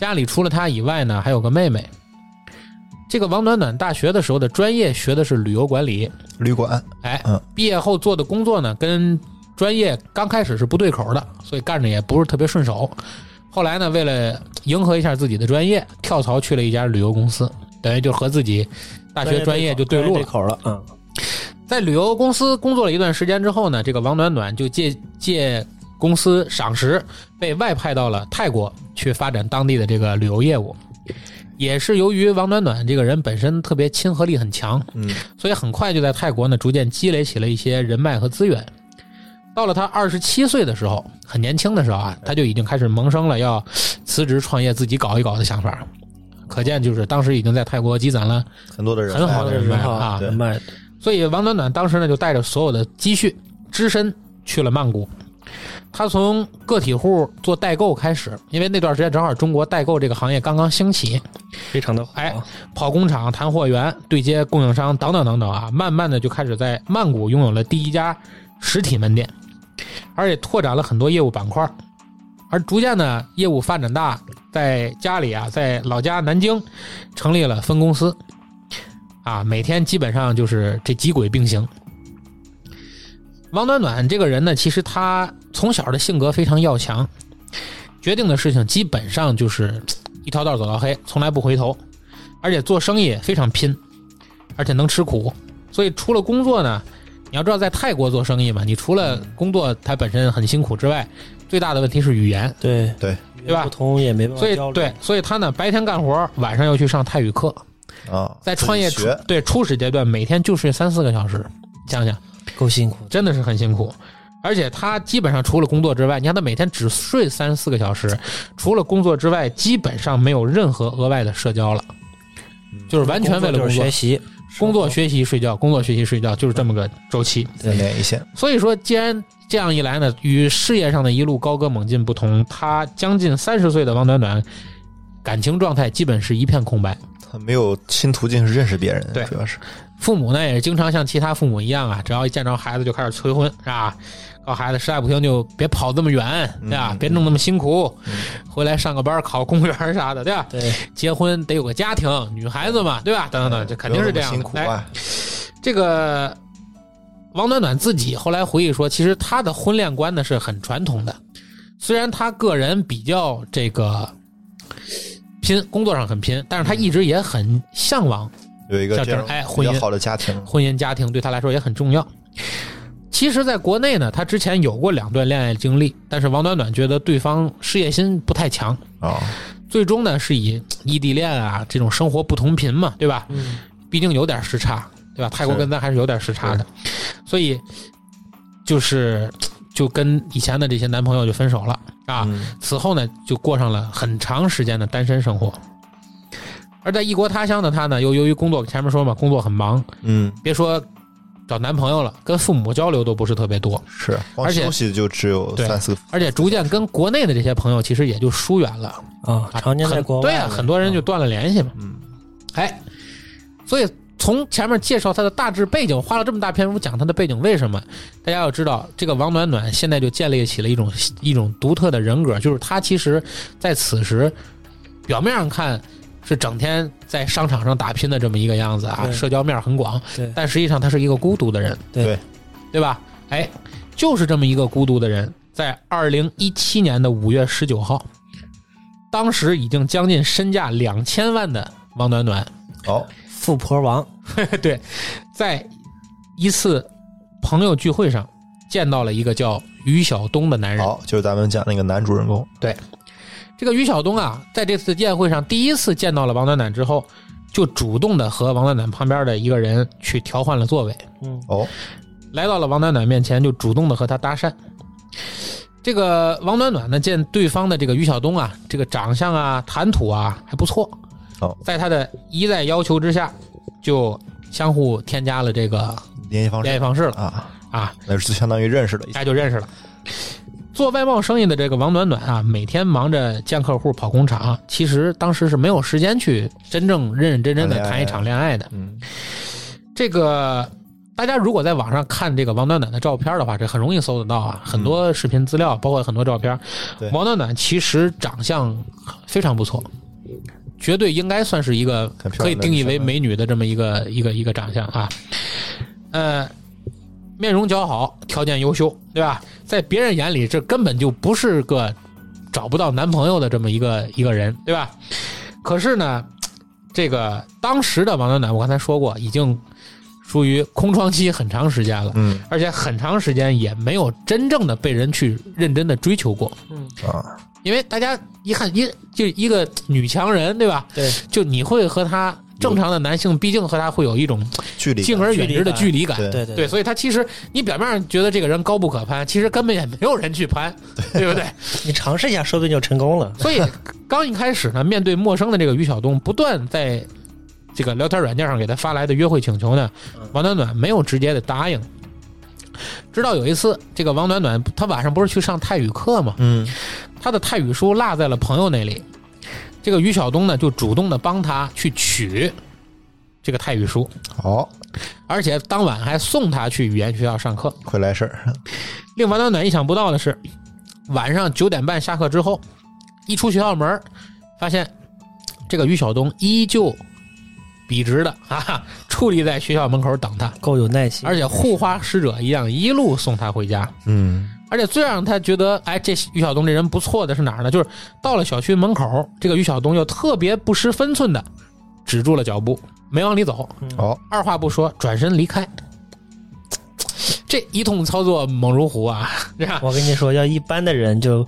家里除了他以外呢，还有个妹妹。这个王暖暖大学的时候的专业学的是旅游管理，旅馆，哎嗯，毕业后做的工作呢，跟专业刚开始是不对口的，所以干着也不是特别顺手。后来呢，为了迎合一下自己的专业，跳槽去了一家旅游公司，等于就和自己大学专业就对路专了业对。口了，嗯，在旅游公司工作了一段时间之后呢，这个王暖暖就借借公司赏识，被外派到了泰国去发展当地的这个旅游业务。也是由于王暖暖这个人本身特别亲和力很强，嗯，所以很快就在泰国呢逐渐积累起了一些人脉和资源。到了他二十七岁的时候，很年轻的时候啊，他就已经开始萌生了要辞职创业、自己搞一搞的想法。可见，就是当时已经在泰国积攒了很多的人，哎很好的人脉好啊，对人脉，所以王暖暖当时呢就带着所有的积蓄，只身去了曼谷。他从个体户做代购开始，因为那段时间正好中国代购这个行业刚刚兴起，非常的好，哎跑工厂、谈货源、对接供应商等等等等啊，慢慢的就开始在曼谷拥有了第一家实体门店，而且拓展了很多业务板块。而逐渐呢，业务发展大，在家里啊，在老家南京成立了分公司，啊，每天基本上就是这几轨并行。王暖暖这个人呢，其实他从小的性格非常要强，决定的事情基本上就是一条道走到黑，从来不回头。而且做生意也非常拼，而且能吃苦。所以除了工作呢，你要知道在泰国做生意嘛，你除了嗯工作它本身很辛苦之外，最大的问题是语言。对对对吧不同也没办所法以交流，对，所以他呢白天干活，晚上又去上泰语课，啊，在创业自初己学，对初始阶段，每天就睡三四个小时，想想够辛苦的，真的是很辛苦。而且他基本上除了工作之外，你看他每天只睡三四个小时，除了工作之外，基本上没有任何额外的社交了，就是完全为了嗯工作工就是作学。习，工作、学习、睡觉，工作、学习、睡觉，就是这么个周期。三点一线，所以说，既然这样一来呢，与事业上的一路高歌猛进不同，他将近三十岁的王暖暖，感情状态基本是一片空白。他没有新途径是认识别人，对主要是父母呢，也是经常像其他父母一样啊，只要一见着孩子就开始催婚，是吧？告孩子实在不行就别跑这么远，对吧？嗯别弄那么辛苦，回来上个班、考公务员啥的，对吧？对，结婚得有个家庭，女孩子嘛，对吧？等等等，这肯定是这样的。不用那哎么辛苦啊，这个王暖暖自己后来回忆说，其实她的婚恋观呢是很传统的，虽然她个人比较这个拼，工作上很拼，但是她一直也很向往有一个像这这样样哎比婚较姻好的家庭，婚姻家庭对她来说也很重要。其实，在国内呢，她之前有过两段恋爱经历，但是王暖暖觉得对方事业心不太强，啊，最终呢是以异地恋啊这种生活不同频嘛，对吧？嗯，毕竟有点时差，对吧？泰国是跟咱还是有点时差的，所以就是就跟以前的这些男朋友就分手了啊。嗯此后呢，就过上了很长时间的单身生活。而在异国他乡的她呢，又由于工作，前面说嘛，工作很忙，嗯，别说找男朋友了，跟父母交流都不是特别多，是，光而且休息就只有对三四个，而且逐渐跟国内的这些朋友其实也就疏远了。啊，常年在很国外对了，啊，很多人就断了联系嘛。嗯，哎，所以从前面介绍他的大致背景，花了这么大篇幅讲他的背景，为什么？大家要知道，这个王暖暖现在就建立起了一种一种独特的人格，就是他其实在此时表面上看。是整天在商场上打拼的这么一个样子啊，对社交面很广，对但实际上他是一个孤独的人，对对对吧？哎，就是这么一个孤独的人，在二零一七年的五月十九号，当时已经将近身价两千万的王暖暖， *laughs* 好，富婆王，对，在一次朋友聚会上见到了一个叫于晓东的男人。好，就是咱们讲那个男主人公，这个于晓东啊，在这次宴会上第一次见到了王暖暖之后，就主动的和王暖暖旁边的一个人去调换了座位，嗯哦，来到了王暖暖面前，就主动的和她搭讪。这个王暖暖呢，见对方的这个于晓东啊，这个长相啊、谈吐啊还不错，哦，在他的一再要求之下，就相互添加了这个联系方联系式方式了啊，啊，那就相当于认识了一下大家就认识了。做外贸生意的这个王暖暖啊，每天忙着见客户、跑工厂，其实当时是没有时间去真正认认真真的谈一场恋爱的。嗯，这个大家如果在网上看这个王暖暖的照片的话，这很容易搜得到啊，很多视频资料，包括很多照片嗯对。王暖暖其实长相非常不错，绝对应该算是一个很漂亮的可以定义为女生啊美女的这么一个一个一个长相啊。呃，面容姣好，条件优秀，对吧？在别人眼里，这根本就不是个找不到男朋友的这么一个一个人，对吧？可是呢，这个当时的王暖暖，我刚才说过，已经属于空窗期很长时间了，嗯而且很长时间也没有真正的被人去认真的追求过，嗯，啊，因为大家一看一就一个女强人，对吧？对，就你会和她正常的男性，毕竟和她会有一种距离感敬而远之的距离感。对对对，所以他其实你表面上觉得这个人高不可攀，其实根本也没有人去攀，对不对？你尝试一下，说不定就成功了。 *laughs* 所以刚一开始呢，面对陌生的这个于晓东，不断在这个聊天软件上给他发来的约会请求呢，王暖暖没有直接的答应。直到有一次，这个王暖暖她晚上不是去上泰语课嘛，嗯她的泰语书落在了朋友那里，这个于晓东呢就主动的帮她去取这个泰语书，好，而且当晚还送她去语言学校上课。会来事儿，令王暖暖意想不到的是，晚上九点半下课之后，一出学校门儿，发现这个于晓东依旧笔直的啊，矗立在学校门口等他，够有耐心，而且护花使者一样一路送他回家。嗯而且最让他觉得，哎，这于晓东这人不错的是哪儿呢？就是到了小区门口，这个于晓东又特别不失分寸的止住了脚步，没往里走，好，二话不说转身离开。这一通操作猛如虎啊，是吧？我跟你说，要一般的人就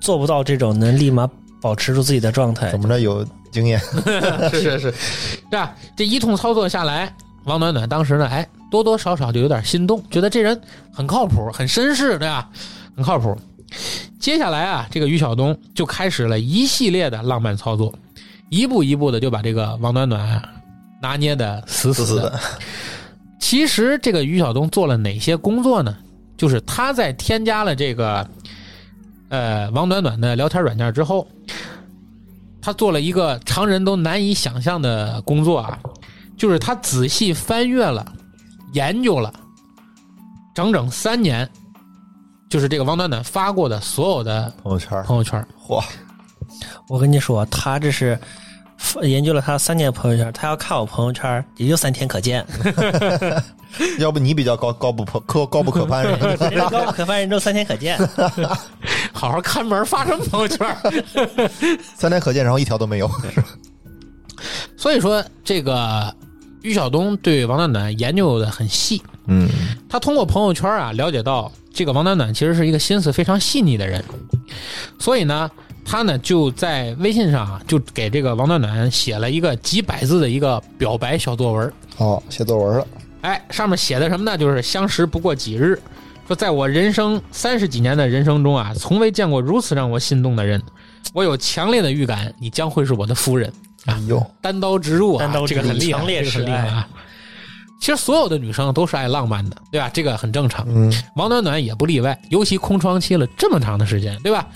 做不到这种能立马保持住自己的状态怎。么着有经验， *laughs* 是是是，是吧？这一通操作下来，王暖暖当时呢，哎，多多少少就有点心动，觉得这人很靠谱，很绅士，对吧？很靠谱。接下来啊，这个于晓东就开始了一系列的浪漫操作，一步一步的就把这个王暖暖啊拿捏的死死死死的。的，其实这个于晓东做了哪些工作呢？就是他在添加了这个呃王暖暖的聊天软件之后，他做了一个常人都难以想象的工作啊，就是他仔细翻阅了、研究了整整三年，就是这个王暖暖发过的所有的朋友圈 *laughs* 儿，朋友圈。嚯，我跟你说，他这是研究了他三年朋友圈，他要看我朋友圈也就三天可 *laughs* 见，要不你比较高高不可高高不可 *laughs* 攀是吧？人高不可攀，人中三天可见。好好看门，发什么朋友圈？三天可见，然后一条都没有，是吧 *laughs* 所以说，这个于晓东对王暖暖研究的很细。嗯他通过朋友圈啊了解到，这个王暖暖其实是一个心思非常细腻的人，所以呢，他呢就在微信上啊，就给这个王暖暖写了一个几百字的一个表白小作文。好，写作文了，哎，上面写的什么呢？就是相识不过几日，说在我人生三十几年的人生中啊，从未见过如此让我心动的人，我有强烈的预感，你将会是我的夫人。哎呦，单刀直入啊，单刀直入这个很厉害，强烈哎这个示很厉害爱啊。其实所有的女生都是爱浪漫的，对吧？这个很正常。嗯，王暖暖也不例外，尤其空窗期了这么长的时间，对吧？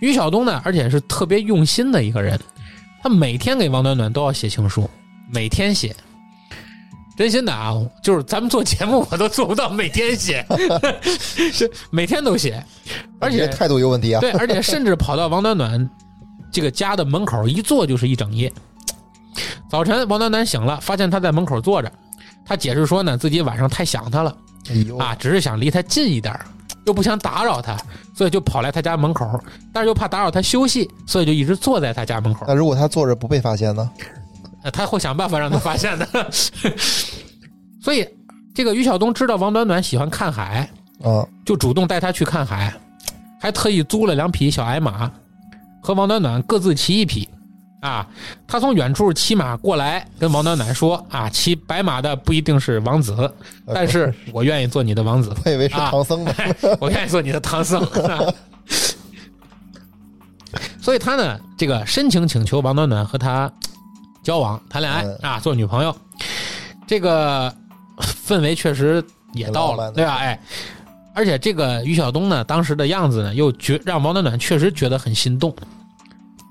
于晓东呢，而且是特别用心的一个人，他每天给王暖暖都要写情书，每天写。真心的啊，就是咱们做节目，我都做不到每天写， *laughs* 是每天都写，而你且这态度有问题啊，对，而且甚至跑到王暖暖这个家的门口一坐就是一整夜。早晨，王暖暖醒了，发现他在门口坐着，他解释说呢，自己晚上太想他了。哎呦，啊，只是想离他近一点儿，又不想打扰他，所以就跑来他家门口儿，但是又怕打扰他休息，所以就一直坐在他家门口儿。那如果他坐着不被发现呢？呃他会想办法让他发现的。 *laughs* 所以，这个于晓东知道王暖暖喜欢看海，啊，就主动带他去看海，还特意租了两匹小矮马，和王暖暖各自骑一匹。啊，他从远处骑马过来，跟王暖暖说：“啊，骑白马的不一定是王子，但是啊我愿意做你的王子，我以为是唐僧 *laughs* 呢。我愿意做你的 *laughs* 唐僧。啊”所以他呢，这个深情请求王暖暖和他交往、谈恋爱嗯啊，做女朋友。这个氛围确实也挺到浪漫了，的对吧？哎，而且这个于晓东呢，当时的样子呢，又觉让王暖暖确实觉得很心动，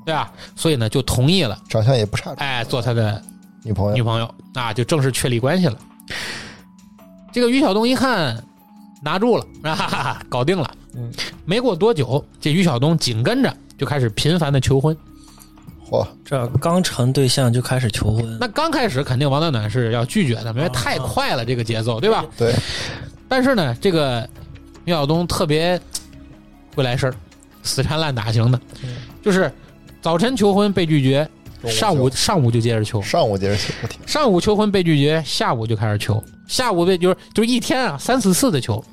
对吧？所以呢，就同意了，长相也不差，哎，做他的女朋女友朋友啊，就正式确立关系了。这个于晓东一看，拿住了， *laughs* 啊，搞定了。嗯，没过多久，这于晓东紧跟着就开始频繁的求婚。嚯，这刚成对象就开始求婚，那刚开始肯定王暖暖是要拒绝的，因为太快了这个节奏，对吧？嗯对，但是呢，这个于晓东特别会来事儿，死缠烂打型的，就是早晨求婚被拒绝，嗯中上午上午就接着求，上午接着起，我天，上午求婚被拒绝，下午就开始求，下午被就是就是一天啊三四次的求，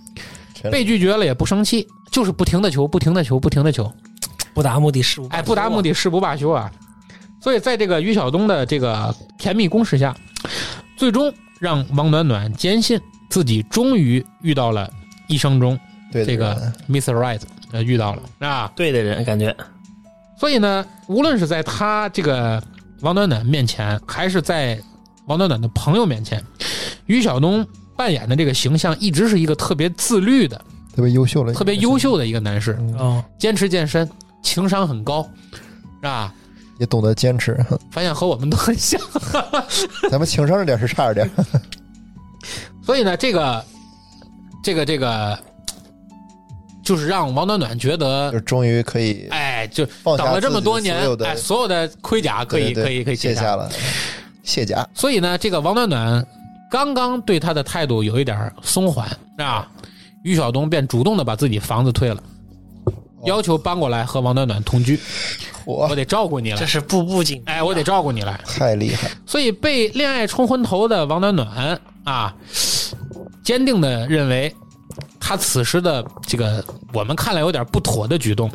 真 *laughs* 被拒绝了也不生气，就是不停的求，不停的求，不停的求，不达目的誓不啊哎，不达目的誓不罢休啊！所以在这个于晓东的这个甜蜜攻势下，最终让王暖暖坚信自己终于遇到了一生中对的这个人 Miss Right，呃，遇到了啊。对的人感觉，所以呢，无论是在他这个王暖暖面前，还是在王暖暖的朋友面前，于晓东扮演的这个形象一直是一个特别自律的、特别优秀了，特别优秀的一个男士，嗯哦，坚持健身，情商很高，是吧？也懂得 *laughs* 坚持。发现和我们都很像。咱们情商这点是差着点，所以呢，这个，这个，这个，就是让王暖暖觉得就，终于可以 *laughs* 哎，就放等下了这么多年自己所有，的哎，所有的盔甲可以，对对可以，可以卸了。下了，卸甲。所以呢，这个王暖暖刚刚对他的态度有一点松缓啊，于晓东便主动的把自己房子退了，哦要求搬过来和王暖暖同居，我我得照顾你这来，是步步紧逼哎，我得照顾你来。太厉害，所以被恋爱冲昏头的王暖暖啊，坚定的认为他此时的这个我们看来有点不妥的举动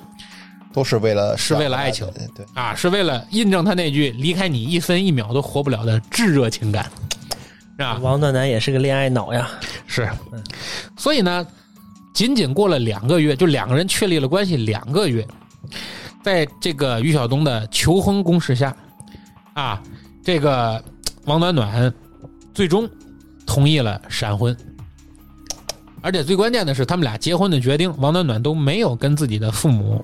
都是为了是为了爱情对对，啊，是为了印证他那句“离开你一分一秒都活不了”的炙热情感，啊，王暖男也是个恋爱脑呀，是，所以呢，仅仅过了两个月，就两个人确立了关系两个月，在这个于晓东的求婚攻势下，啊，这个王暖暖最终同意了闪婚，而且最关键的是，他们俩结婚的决定，王暖暖都没有跟自己的父母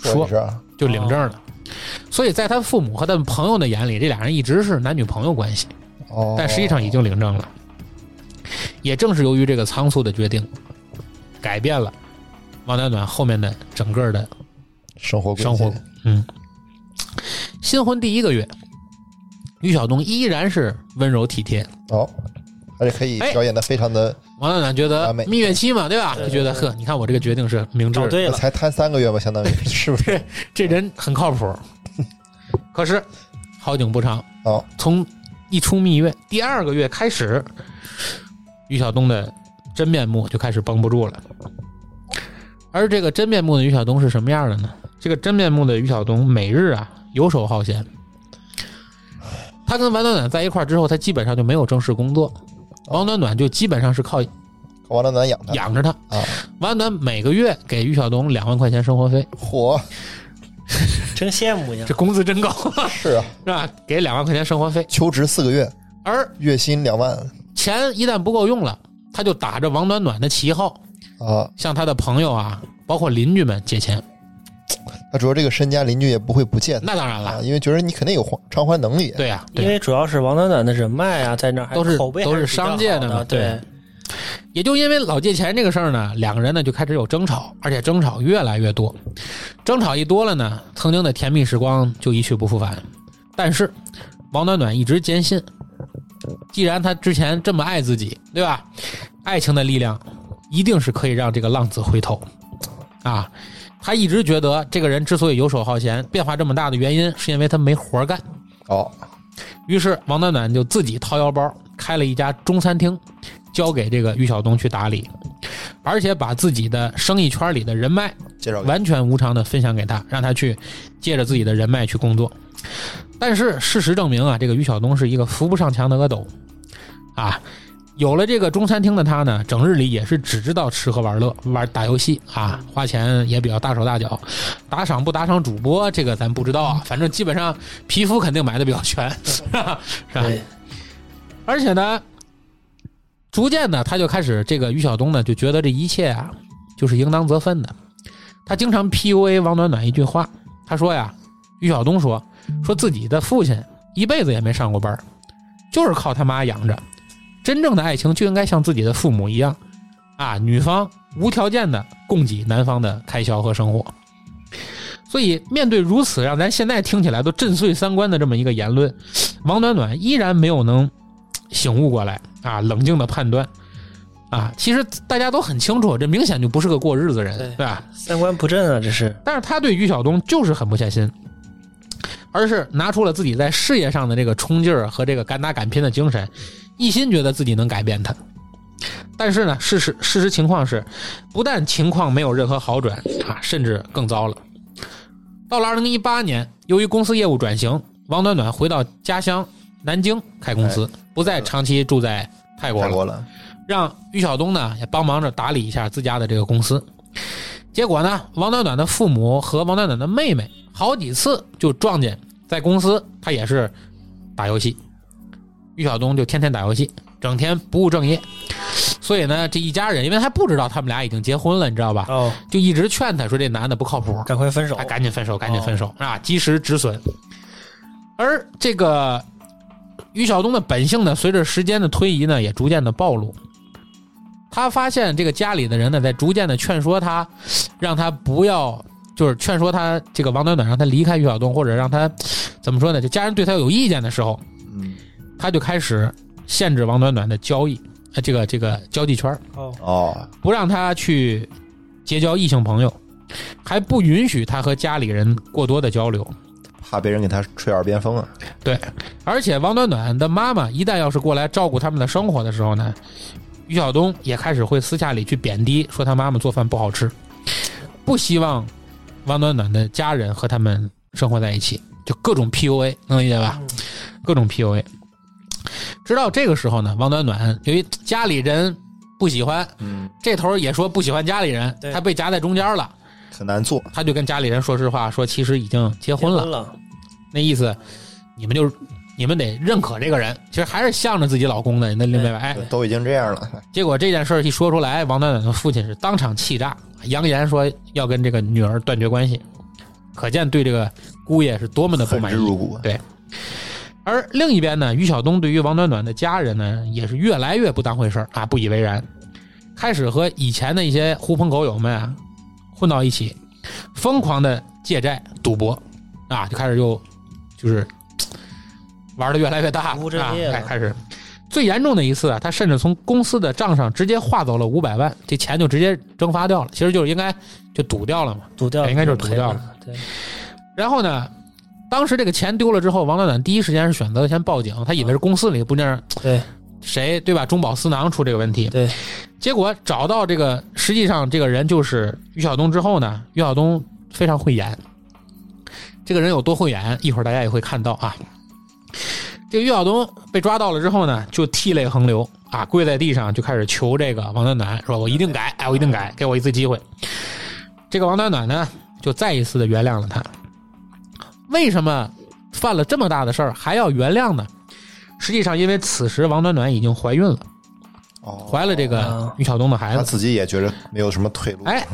说说是啊，就领证了，所以在他父母和他们朋友的眼里，这俩人一直是男女朋友关系。哦，但实际上已经领证了。也正是由于这个仓促的决定，改变了王暖暖后面的整个的哦生活轨迹生活。嗯，新婚第一个月，于晓东依然是温柔体贴。哦，而且可以哎表演的非常的，王暖暖觉得完美蜜月期嘛，对吧？对就觉得呵，你看我这个决定是明智找的，对了，才谈三个月吧，相 *laughs* 当于是不是？这人很靠 *laughs* 谱。可是好景不长，哦，从一出蜜月第二个月开始，于晓东的真面目就开始绷不住了。而这个真面目的于晓东是什么样的呢？这个真面目的于晓东每日啊游手好闲。他跟王暖暖在一块儿之后，他基本上就没有正式工作，王暖暖就基本上是靠王丹丹养他养着他。啊，王暖暖每个月给于晓东两万块钱生活费，火 *laughs* 真羡慕呀这。工资 *laughs* 真高，是啊，是吧？给两万块钱生活费，求职四个月，而月薪两万钱一旦不够用了，他就打着王暖暖的旗号，啊。向他的朋友啊，包括邻居们借钱。他主要这个身家邻居也不会不见他那当然啊，了，因为觉得你肯定有还偿还能力。对呀、因对呀。为主要是王暖暖的人脉啊，在那儿还都是口碑还都是比较商界好的的嘛对，也就因为老借钱这个事儿呢，两个人呢就开始有争吵，而且争吵越来越多。争吵一多了呢，曾经的甜蜜时光就一去不复返。但是王暖暖一直坚信，既然他之前这么爱自己，对吧？爱情的力量一定是可以让这个浪子回头啊！他一直觉得这个人之所以游手好闲、变化这么大的原因，是因为他没活儿干。哦，于是王暖暖就自己掏腰包开了一家中餐厅，交给这个于晓东去打理。而且把自己的生意圈里的人脉介绍给完全无偿的分享给他，让他去借着自己的人脉去工作。但是事实证明啊，这个于晓东是一个扶不上墙的阿斗啊。有了这个中餐厅的他呢，整日里也是只知道吃喝玩乐，玩打游戏啊，花钱也比较大手大脚。打赏不打赏主播，这个咱不知道啊，反正基本上皮肤肯定埋的比较全， *laughs* 是吧？是吧？对而且呢，逐渐呢，他就开始这个于晓东呢就觉得这一切啊，就是应当责分的。他经常 PUA 王暖暖一句话，他说呀，于晓东说说自己的父亲一辈子也没上过班儿，就是靠他妈养着。真正的爱情就应该像自己的父母一样，啊，女方无条件的供给男方的开销和生活。所以，面对如此让咱现在听起来都震碎三观的这么一个言论，王暖暖依然没有能醒悟过来啊，冷静的判断啊，其实大家都很清楚，这明显就不是个过日子人，对对吧？三观不正啊，这是但是他对于晓东就是狠不下心，而是拿出了自己在事业上的这个冲劲儿和这个敢打敢拼的精神，一心觉得自己能改变他。但是呢，事实事实情况是，不但情况没有任何好转啊，甚至更糟了。到了二零一八年，由于公司业务转型，王暖暖回到家乡南京开公司，不再长期住在哎泰国泰了。国了，让于晓东呢也帮忙着打理一下自家的这个公司。结果呢，王暖暖的父母和王暖暖的妹妹好几次就撞见在公司，他也是打游戏，于晓东就天天打游戏，整天不务正业。所以呢，这一家人因为还不知道他们俩已经结婚了，你知道吧？哦，就一直劝他说这男的不靠谱，赶快分手哎，。赶紧分手，赶紧分手、啊！及时止损。而这个于晓东的本性呢，随着时间的推移呢，也逐渐的暴露。他发现这个家里的人呢，在逐渐的劝说他，让他不要，就是劝说他这个王暖暖让他离开于晓东，或者让他怎么说呢？就家人对他有意见的时候，嗯，他就开始限制王暖暖的交易，呃这个这个交际圈儿。哦，哦，不让他去结交异性朋友，还不允许他和家里人过多的交流。怕别人给他吹耳边风啊，而且王暖暖的妈妈一旦要是过来照顾他们的生活的时候呢，于晓东也开始会私下里去贬低，说他妈妈做饭不好吃，不希望王暖暖的家人和他们生活在一起，就各种 PUA，能理解吧？各种 PUA。直到这个时候呢，王暖暖由于家里人不喜欢，嗯，这头儿也说不喜欢家里人，对他被夹在中间了。很难做，他就跟家里人说实话，说其实已经结婚了，了，那意思你们就你们得认可这个人，其实还是向着自己老公的，你能明白吧？哎，都已经这样了，结果这件事儿一说出来，王暖暖的父亲是当场气炸，扬言说要跟这个女儿断绝关系，可见对这个姑爷是多么的不恨满之意。入骨，啊而另一边呢，于晓东对于王暖暖的家人呢，也是越来越不当回事儿啊，不以为然，开始和以前的一些狐朋狗友们啊混到一起，疯狂的借债赌博，啊，就开始又就是嘖玩的越来越大不务正啊业，了哎开始。最严重的一次啊，他甚至从公司的账上直接划走了五百万，这钱就直接蒸发掉了，其实就是应该就赌掉了嘛。赌掉了哎应该就是赌掉了。对，然后呢，当时这个钱丢了之后，王暖暖第一时间是选择了先报警，他以为是公司里不那对谁对吧？中饱私囊出这个问题，对，结果找到这个，实际上这个人就是于晓东之后呢，于晓东非常会演，这个人有多会演，一会儿大家也会看到啊。这个于晓东被抓到了之后呢，就涕泪横流啊，跪在地上就开始求这个王暖暖，说我一定改，哎，我一定改，给我一次机会。这个王暖暖呢，就再一次的原谅了他。为什么犯了这么大的事儿还要原谅呢？实际上，因为此时王暖暖已经怀孕了，哦，怀了这个哦于晓东的孩他自子。己也觉得没有什么嗯退路，哎，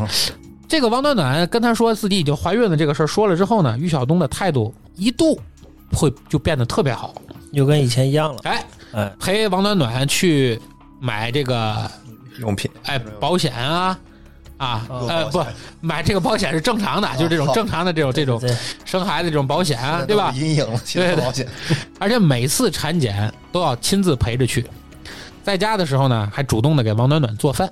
这个王暖暖跟他说自己已经怀孕了这个事儿说了之后呢，于晓东的态度一度会就变得特别好，又跟以前一样了。哎，哎，陪王暖暖去买这个用品哎保险啊啊哦呃不买这个保险是正常的，就是这种好正常的这种这种对生孩子这种保险啊，对吧？阴影了，其实对对保险而且每次产检都要亲自陪着去。在家的时候呢，还主动的给王暖暖做饭。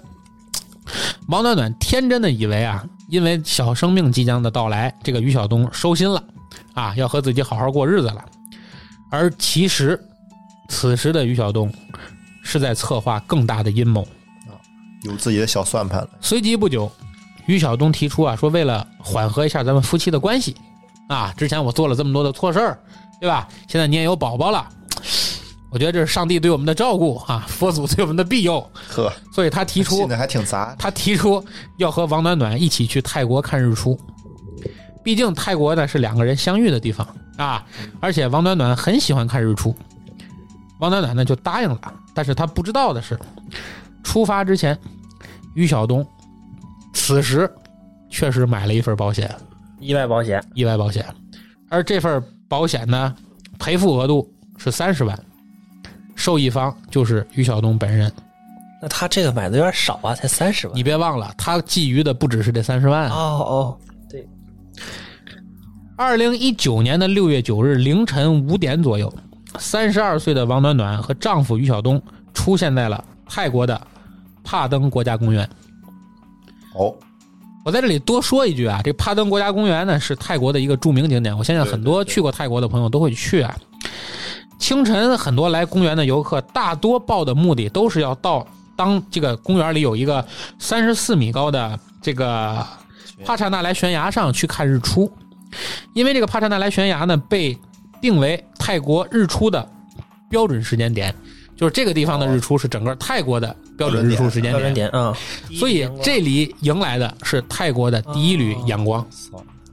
王暖暖天真的以为啊，因为小生命即将的到来，这个于晓东收心了，啊，要和自己好好过日子了。而其实，此时的于晓东是在策划更大的阴谋哦，有自己的小算盘了。随即不久，于晓东提出啊，说为了缓和一下咱们夫妻的关系，啊，之前我做了这么多的错事儿，对吧？现在你也有宝宝了，我觉得这是上帝对我们的照顾啊，佛祖对我们的庇佑，呵，所以他提出现在还挺杂，他提出要和王暖暖一起去泰国看日出，毕竟泰国呢是两个人相遇的地方啊，而且王暖暖很喜欢看日出，王暖暖呢就答应了，但是他不知道的是，出发之前，于晓东此时确实买了一份保险，意外保险，意外保险，而这份保险呢赔付额度是三十万，受益方就是于晓东本人。那他这个买的有点少啊，才三十万。你别忘了，他觊觎的不只是这三十万啊哦哦，二零一九年的六月九日凌晨五点左右，三十二岁的王暖暖和丈夫于晓东出现在了泰国的帕登国家公园。哦，我在这里多说一句啊，这帕登国家公园呢是泰国的一个著名景点，我相信很多去过泰国的朋友都会去啊。清晨，很多来公园的游客大多报的目的都是要到当这个公园里有一个三十四米高的这个帕恰纳莱悬崖上去看日出，因为这个帕恰纳莱悬崖呢被定为泰国日出的标准时间点，就是这个地方的日出是整个泰国的标准日出时间标点准。点啊，所以这里迎来的是泰国的第一缕阳光，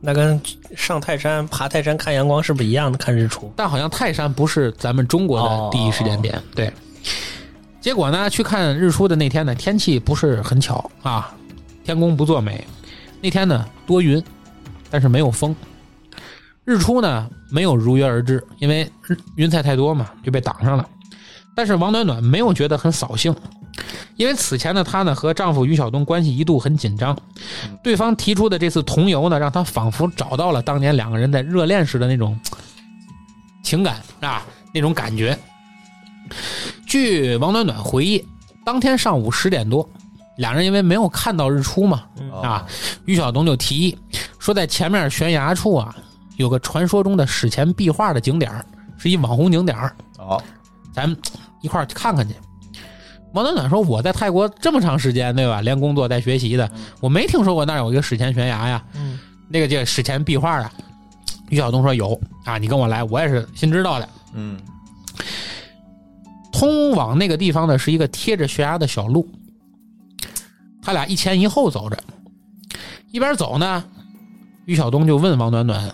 那跟上泰山爬泰山看阳光是不是一样的？看日出，但好像泰山不是咱们中国的第一时间点。对，结果呢，去看日出的那天呢，天气不是很巧啊，天公不作美。那天呢，多云，但是没有风。日出呢，没有如约而至，因为日云彩太多嘛，就被挡上了。但是王暖暖没有觉得很扫兴，因为此前的她呢和丈夫于晓东关系一度很紧张，对方提出的这次同游呢，让她仿佛找到了当年两个人在热恋时的那种情感啊，那种感觉。据王暖暖回忆，当天上午十点多，俩人因为没有看到日出嘛，哦啊，于晓东就提议说，在前面悬崖处啊，有个传说中的史前壁画的景点儿，是一网红景点儿，哦，咱们一块儿去看看去。王暖暖说：“我在泰国这么长时间，对吧？连工作带学习的，我没听说过那儿有一个史前悬崖呀，嗯，那个这个史前壁画啊。”于晓东说：“有啊，你跟我来，我也是新知道的。嗯，啊通往那个地方的是一个贴着悬崖的小路，他俩一前一后走着，一边走呢，于晓东就问王暖暖：“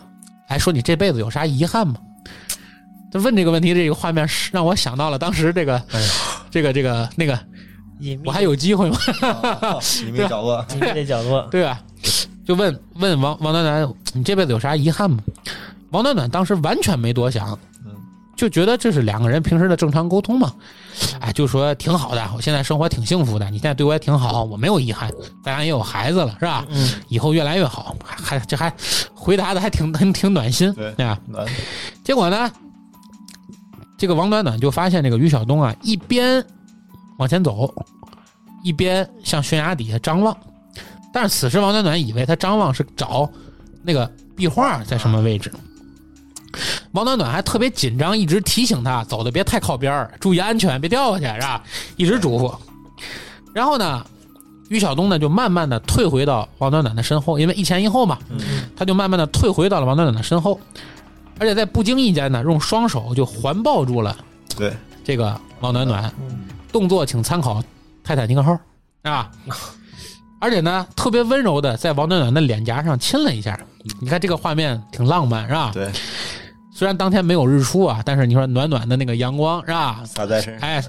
哎，说你这辈子有啥遗憾吗？”他问这个问题，这个画面是让我想到了当时这个、这个、这个、那个，隐秘我还有机会吗？你没找过，隐秘的角落，对吧？就问问王王暖暖，你这辈子有啥遗憾吗？王暖暖当时完全没多想嗯，就觉得这是两个人平时的正常沟通嘛。哎，就说挺好的，我现在生活挺幸福的，你现在对我也挺好，我没有遗憾，咱俩也有孩子了，是吧？ *laughs* 嗯，以后越来越好，还这还回答的还挺 *laughs* 挺挺暖心，对啊。暖结果呢，这个王暖暖就发现这个于晓东啊，一边往前走，一边向悬崖底下张望。但是此时王暖暖以为他张望是找那个壁画在什么位置。王暖暖还特别紧张，一直提醒他走的别太靠边儿，注意安全，别掉下去，是吧？一直嘱咐。然后呢，于晓东呢就慢慢的退回到王暖暖的身后，因为一前一后嘛，他就慢慢的退回到了王暖暖的身后。而且在不经意间呢，用双手就环抱住了对，这个王暖暖嗯。动作请参考《泰坦尼克号》啊。而且呢，特别温柔的在王暖暖的脸颊上亲了一下。你看这个画面挺浪漫，是吧？对，虽然当天没有日出啊，但是你说暖暖的那个阳光，是吧？撒在身上，哎，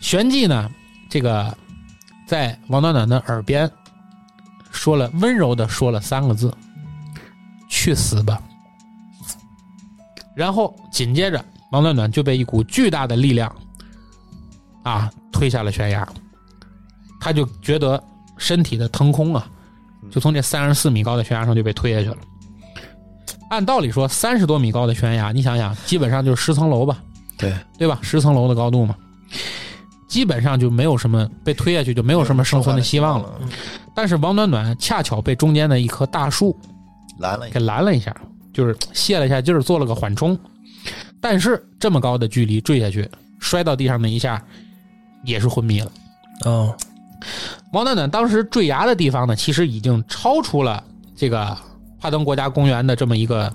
旋即呢，这个在王暖暖的耳边说了温柔的说了三个字：“去死吧！”然后紧接着，王暖暖就被一股巨大的力量啊推下了悬崖，他就觉得身体的腾空啊，就从这三十四米高的悬崖上就被推下去了。按道理说，三十多米高的悬崖，你想想，基本上就是十层楼吧，对，对吧？十层楼的高度嘛，基本上就没有什么被推下去就没有什么生存的希望了。嗯了，但是王暖暖恰巧被中间的一棵大树拦了一下，给拦了一下，就是卸了一下劲儿，做了个缓冲。但是这么高的距离坠下去，摔到地上那一下也是昏迷了。哦，毛暖暖当时坠崖的地方呢，其实已经超出了这个帕登国家公园的这么一个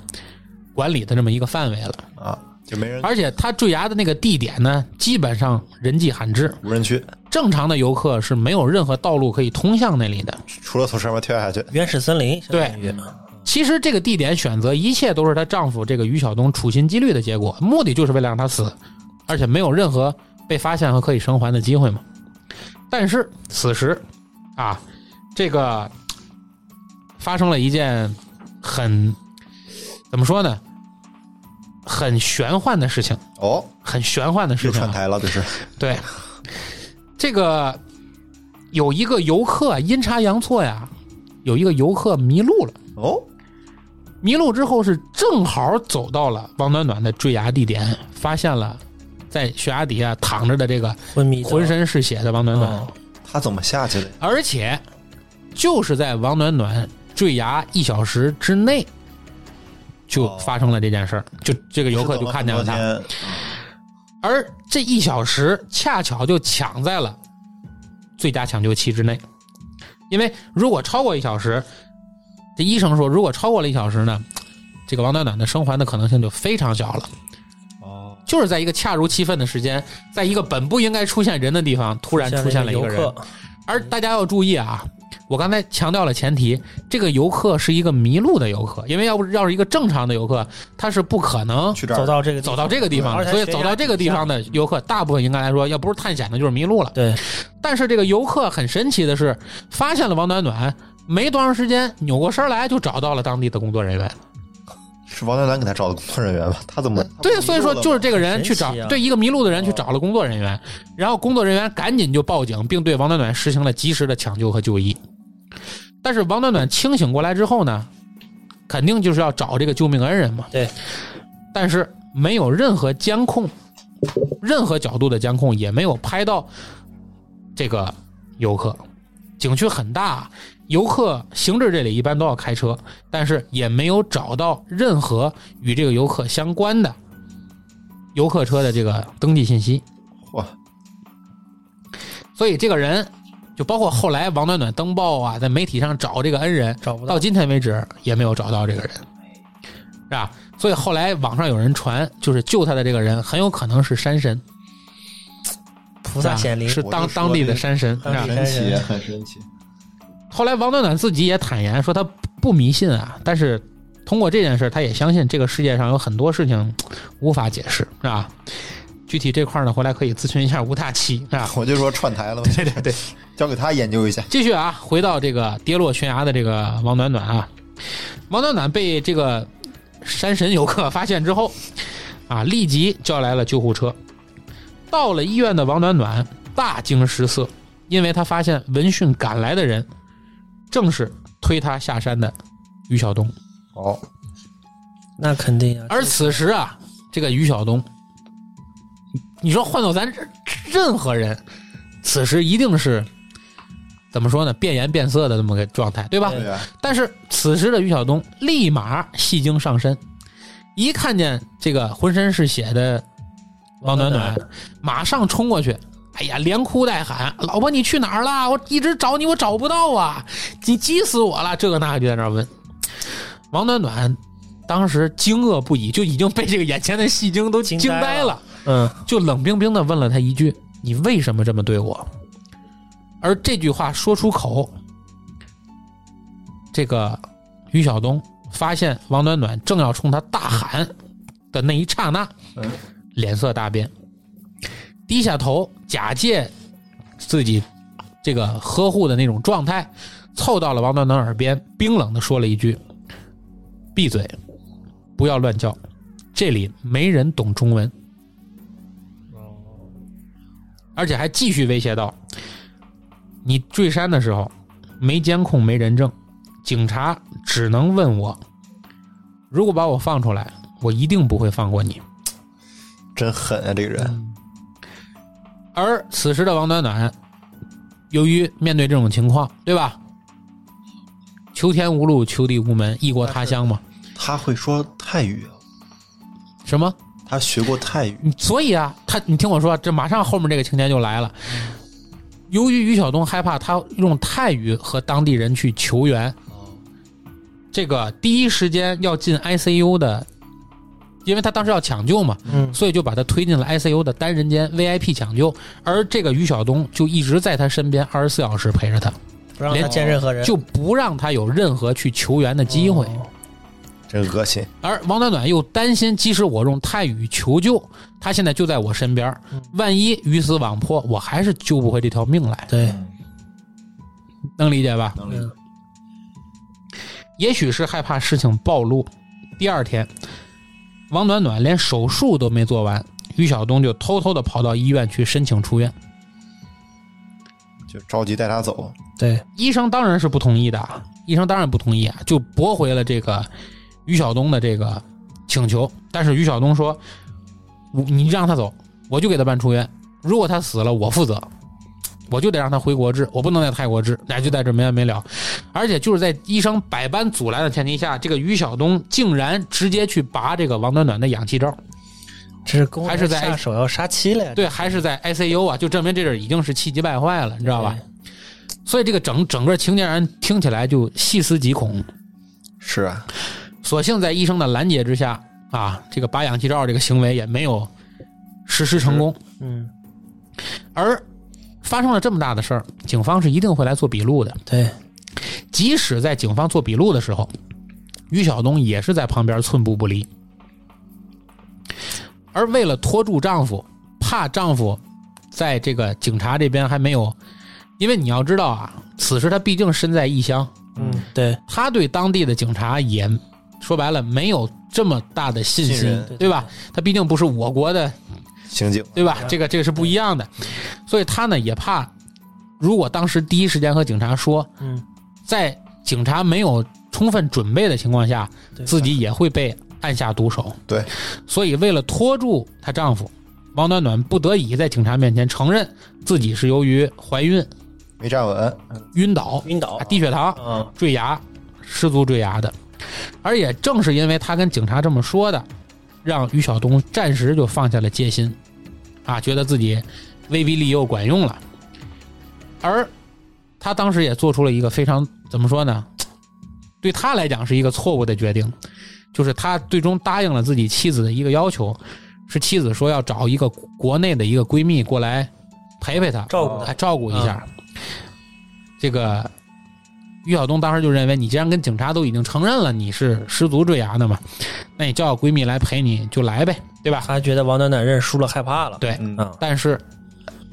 管理的这么一个范围了，啊，就没人而且他坠崖的那个地点呢，基本上人迹罕至，无人区，正常的游客是没有任何道路可以通向那里的。除了从上面跳下去，原始森林，对相当于其实这个地点选择，一切都是她丈夫这个于晓东处心积虑的结果，目的就是为了让她死，而且没有任何被发现和可以生还的机会嘛。但是此时，啊，这个发生了一件很怎么说呢，很玄幻的事情，哦，很玄幻的事又情啊、串台了，这是对，这个有一个游客啊阴差阳错呀，有一个游客迷路了。哦，迷路之后是正好走到了王暖暖的坠崖地点，发现了在悬崖底下躺着的这个昏迷的浑身是血的王暖暖，哦他怎么下去的？而且就是在王暖暖坠崖一小时之内。就哦发生了这件事儿，就这个游客就看见了他他，，而这一小时恰巧就抢在了最佳抢救期之内，因为如果超过一小时，这医生说如果超过了一小时呢，这个王暖暖的生还的可能性就非常小了。哦，就是在一个恰如其分的时间，在一个本不应该出现人的地方，突然出现了一哎游个人。客，而大家要注意啊，我刚才强调了前提，这个游客是一个迷路的游客，因为要不要是一个正常的游客，他是不可能去这儿走到这个地走方到这个地方而的。且所以悬崖走到这个地方的游客，大部分应该来说，要不是探险的，就是迷路了。对，但是这个游客很神奇的是，发现了王暖暖，没多长时间扭过身来就找到了当地的工作人员。是王丹丹给他找的工作人员吧？他怎么对，所以说就是这个人去找神奇啊对一个迷路的人去找了工作人员，然后工作人员赶紧就报警，并对王暖暖实行了及时的抢救和就医。但是王暖暖清醒过来之后呢，肯定就是要找这个救命恩人嘛。对，但是没有任何监控，任何角度的监控也没有拍到这个游客。景区很大，游客行至这里一般都要开车，但是也没有找到任何与这个游客相关的游客车的这个登记信息。哇，所以这个人，就包括后来王暖暖登报啊，在媒体上找这个恩人，找不到到今天为止也没有找到这个人，是吧？所以后来网上有人传，就是救他的这个人很有可能是山神，菩萨显灵，是我就当说当地这的山神，是当吧地山？神奇，很神奇，后来王暖暖自己也坦言说，她不迷信啊，但是通过这件事，她也相信这个世界上有很多事情无法解释，是吧？具体这块儿呢，回来可以咨询一下吴大奇，是吧？ *laughs* 我就说串台了嘛，对对对，交给他研究一下。继续啊，回到这个跌落悬崖的这个王暖暖啊，王暖暖被这个山神游客发现之后，啊，立即叫来了救护车。到了医院的王暖暖大惊失色，因为她发现闻讯赶来的人正是推她下山的于晓东。哦，那肯定啊。而此时啊，这个于晓东，你说换到咱任何人，此时一定是怎么说呢？变颜变色的这么个状态，对吧？对对呀，啊但是此时的于晓东立马戏精上身，一看见这个浑身是血的王暖暖，马上冲过去。哎呀，连哭带喊：“老婆，你去哪儿了？我一直找你，我找不到啊！你急死我了！”这个那个就在那儿问。王暖暖当时惊愕不已，就已经被这个眼前的戏精都惊惊呆呆了，了嗯，就冷冰冰的问了他一句：“你为什么这么对我？”而这句话说出口，这个于晓东发现王暖暖正要冲他大喊的那一刹那嗯，脸色大变，低下头，假借自己这个呵护的那种状态，凑到了王暖暖耳边，冰冷的说了一句：“闭嘴，不要乱叫，这里没人懂中文。”而且还继续威胁道：“你坠山的时候没监控、没人证，警察只能问我。如果把我放出来，我一定不会放过你。真狠啊，这个人。”而此时的王暖暖，由于面对这种情况，对吧？求天无路，求地无门，异国他乡嘛。他会说泰语啊，什么？他学过泰语，嗯所以啊，他你听我说，这马上后面这个情节就来了。由于于晓东害怕他用泰语和当地人去求援，这个第一时间要进 ICU 的，因为他当时要抢救嘛，嗯所以就把他推进了 ICU 的单人间 VIP 抢救，而这个于晓东就一直在他身边，二十四小时陪着他，不让他连见任何人，就不让他有任何去求援的机会。真恶心。而王暖暖又担心，即使我用泰语求救，他现在就在我身边儿，万一鱼死网破，我还是救不回这条命来，对，能理解吧？能理解也许是害怕事情暴露，第二天，王暖暖连手术都没做完，于晓东就偷偷的跑到医院去申请出院。就着急带他走。对，医生当然是不同意的，医生当然不同意啊，就驳回了这个于晓东的这个请求。但是于晓东说：“我你让他走，我就给他办出院。如果他死了，我负责，我就得让他回国治，我不能在泰国治，俩就在这没完没了。而且就是在医生百般阻拦的前提下，这个于晓东竟然直接去拔这个王暖暖的氧气罩，这是公还是然在下手要杀妻了呀，对，啊还是在 ICU 啊，就证明这人已经是气急败坏了，你知道吧？所以这个整整个情节让人听起来就细思极恐。是啊，所幸在医生的拦截之下，啊，这个拔氧气罩这个行为也没有实施成功。嗯，而发生了这么大的事儿，警方是一定会来做笔录的。对，即使在警方做笔录的时候，于晓东也是在旁边寸步不离。而为了拖住丈夫，怕丈夫在这个警察这边还没有，因为你要知道啊，此时他毕竟身在异乡，嗯，对，他对当地的警察也说白了没有这么大的信信心任，对吧？他毕竟不是我国的，刑警对吧？这个这个是不一样的，所以他呢也怕，如果当时第一时间和警察说，嗯，在警察没有充分准备的情况下，对自己也会被按下毒手。对，所以为了拖住她丈夫，王暖暖不得已在警察面前承认自己是由于怀孕、没站稳，晕倒、晕倒啊，低血糖、嗯，坠崖，失足坠崖的。而也正是因为他跟警察这么说的，让于晓东暂时就放下了戒心，啊，觉得自己威逼利诱管用了。而他当时也做出了一个非常怎么说呢，对他来讲是一个错误的决定，就是他最终答应了自己妻子的一个要求，是妻子说要找一个国内的一个闺蜜过来陪陪他，照顾还他，照顾一下。这个于晓东当时就认为，你既然跟警察都已经承认了你是失足坠崖的嘛，那你叫个闺蜜来陪你就来呗，对吧？他觉得王暖暖认输了，害怕了，对嗯啊，但是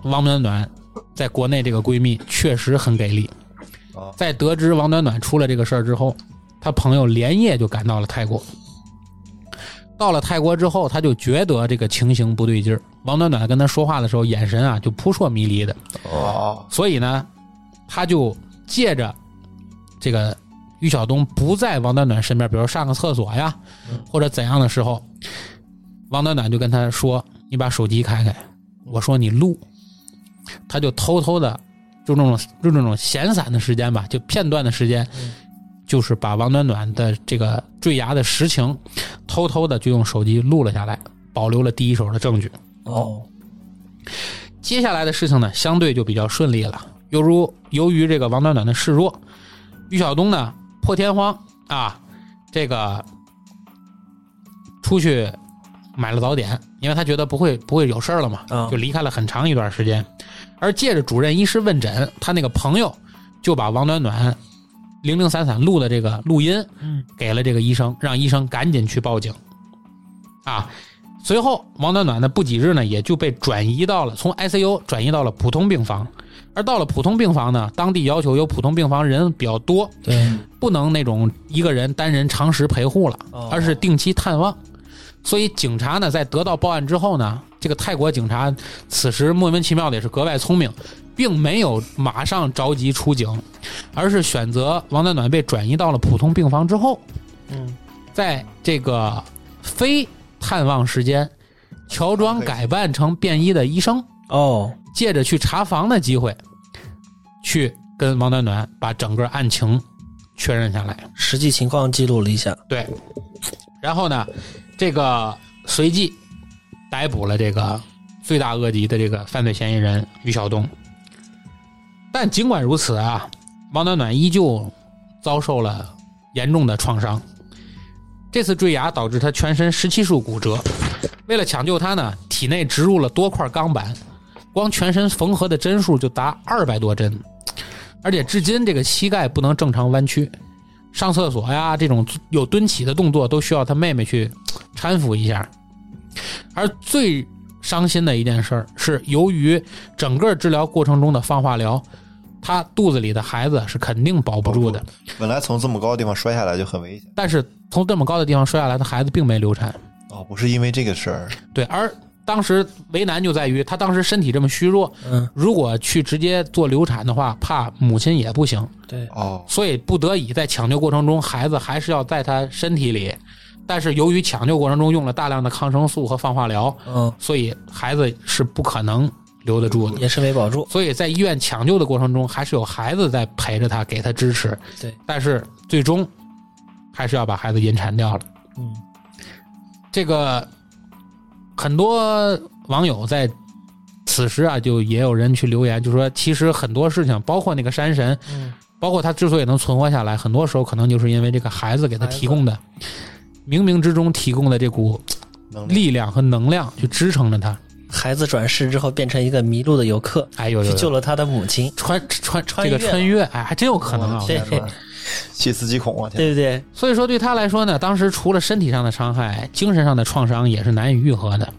王暖暖在国内这个闺蜜确实很给力哦。在得知王暖暖出了这个事儿之后，她朋友连夜就赶到了泰国。到了泰国之后，他就觉得这个情形不对劲儿。王暖暖跟他说话的时候，眼神啊就扑朔迷离的。哦，所以呢，他就借着这个于晓东不在王暖暖身边，比如上个厕所呀，或者怎样的时候，王暖暖就跟他说：“你把手机开开。”我说：“你录。”他就偷偷的，就那种就那种闲散的时间吧，就片段的时间，就是把王暖暖的这个坠崖的实情，偷偷的就用手机录了下来，保留了第一手的证据。哦，接下来的事情呢，相对就比较顺利了。犹如由于这个王暖暖的示弱，于晓东呢破天荒啊，这个出去买了早点，因为他觉得不会不会有事儿了嘛，啊就离开了很长一段时间。而借着主任医师问诊，他那个朋友就把王暖暖零零散散录的这个录音嗯，给了这个医生，让医生赶紧去报警。啊，随后王暖暖呢不几日呢也就被转移到了从 ICU 转移到了普通病房，而到了普通病房呢，当地要求有普通病房人比较多，对，不能那种一个人单人长时陪护了，哦而是定期探望。所以警察呢，在得到报案之后呢，这个泰国警察此时莫名其妙的也是格外聪明，并没有马上着急出警，而是选择王暖暖被转移到了普通病房之后，嗯，在这个非探望时间，乔装改扮成便衣的医生，哦，借着去查房的机会，去跟王暖暖把整个案情确认下来。实际情况记录了一下，对，然后呢，这个随即逮捕了这个罪大恶极的这个犯罪嫌疑人于晓东。但尽管如此啊，王暖暖依旧遭受了严重的创伤。这次坠崖导致她全身十七处骨折，为了抢救她呢，体内植入了多块钢板，光全身缝合的针数就达二百多针，而且至今这个膝盖不能正常弯曲，上厕所呀这种有蹲起的动作都需要她妹妹去搀扶一下。而最伤心的一件事儿是，由于整个治疗过程中的放化疗，她肚子里的孩子是肯定保不住的。本来从这么高的地方摔下来就很危险但是从这么高的地方摔下来，她孩子并没流产。哦，不是因为这个事儿，对，而当时为难就在于她当时身体这么虚弱，嗯，如果去直接做流产的话，怕母亲也不行，对，哦，所以不得已在抢救过程中，孩子还是要在她身体里。但是由于抢救过程中用了大量的抗生素和放化疗，嗯，所以孩子是不可能留得住的。也是没保住，所以在医院抢救的过程中，还是有孩子在陪着他，给他支持。对，但是最终还是要把孩子引产掉了。嗯，这个很多网友在此时啊，就也有人去留言，就说其实很多事情，包括那个山神，嗯包括他之所以能存活下来，很多时候可能就是因为这个孩子给他提供的冥冥之中提供的这股能力力量和能量，去支撑着他。孩子转世之后变成一个迷路的游客，哎呦呦去呦，救了他的母亲。穿穿穿这个越了穿越，哎，还真有可能啊！我对跟你说对 *laughs* 细思极恐啊！天，对不对？所以说，对他来说呢，当时除了身体上的伤害，精神上的创伤也是难以愈合的。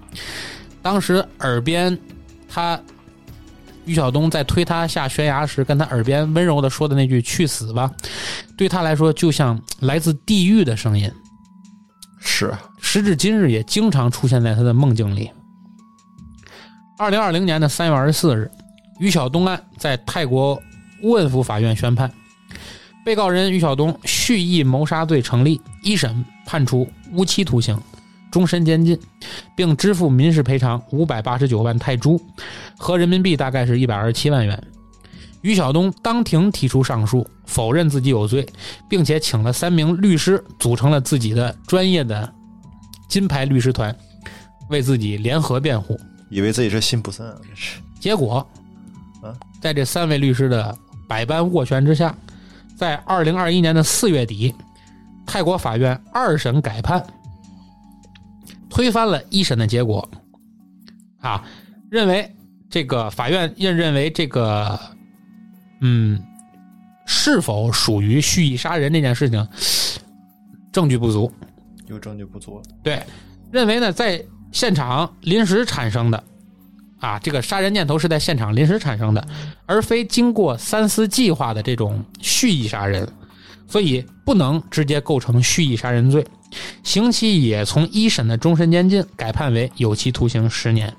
当时耳边，他于晓东在推他下悬崖时，跟他耳边温柔的说的那句“去死吧”，对他来说就像来自地狱的声音，是时至今日也经常出现在他的梦境里。二零二零年的三月二十四日，于晓东案在泰国汶府法院宣判，被告人于晓东蓄意谋杀罪成立，一审判处无期徒刑、终身监禁，并支付民事赔偿五百八十九万泰铢，合人民币大概是一百二十七万元。于晓东当庭提出上诉，否认自己有罪，并且请了三名律师，组成了自己的专业的金牌律师团，为自己联合辩护。以为自己是辛普森啊，这是结果啊，在这三位律师的百般斡旋之下，在二零二一年的四月底，泰国法院二审改判，推翻了一审的结果，啊，认为这个法院认认为这个，嗯，是否属于蓄意杀人这件事情，证据不足，有证据不足了，对，认为呢，在现场临时产生的，啊，这个杀人念头是在现场临时产生的，而非经过三思计划的这种蓄意杀人，所以不能直接构成蓄意杀人罪，刑期也从一审的终身监禁改判为有期徒刑十年。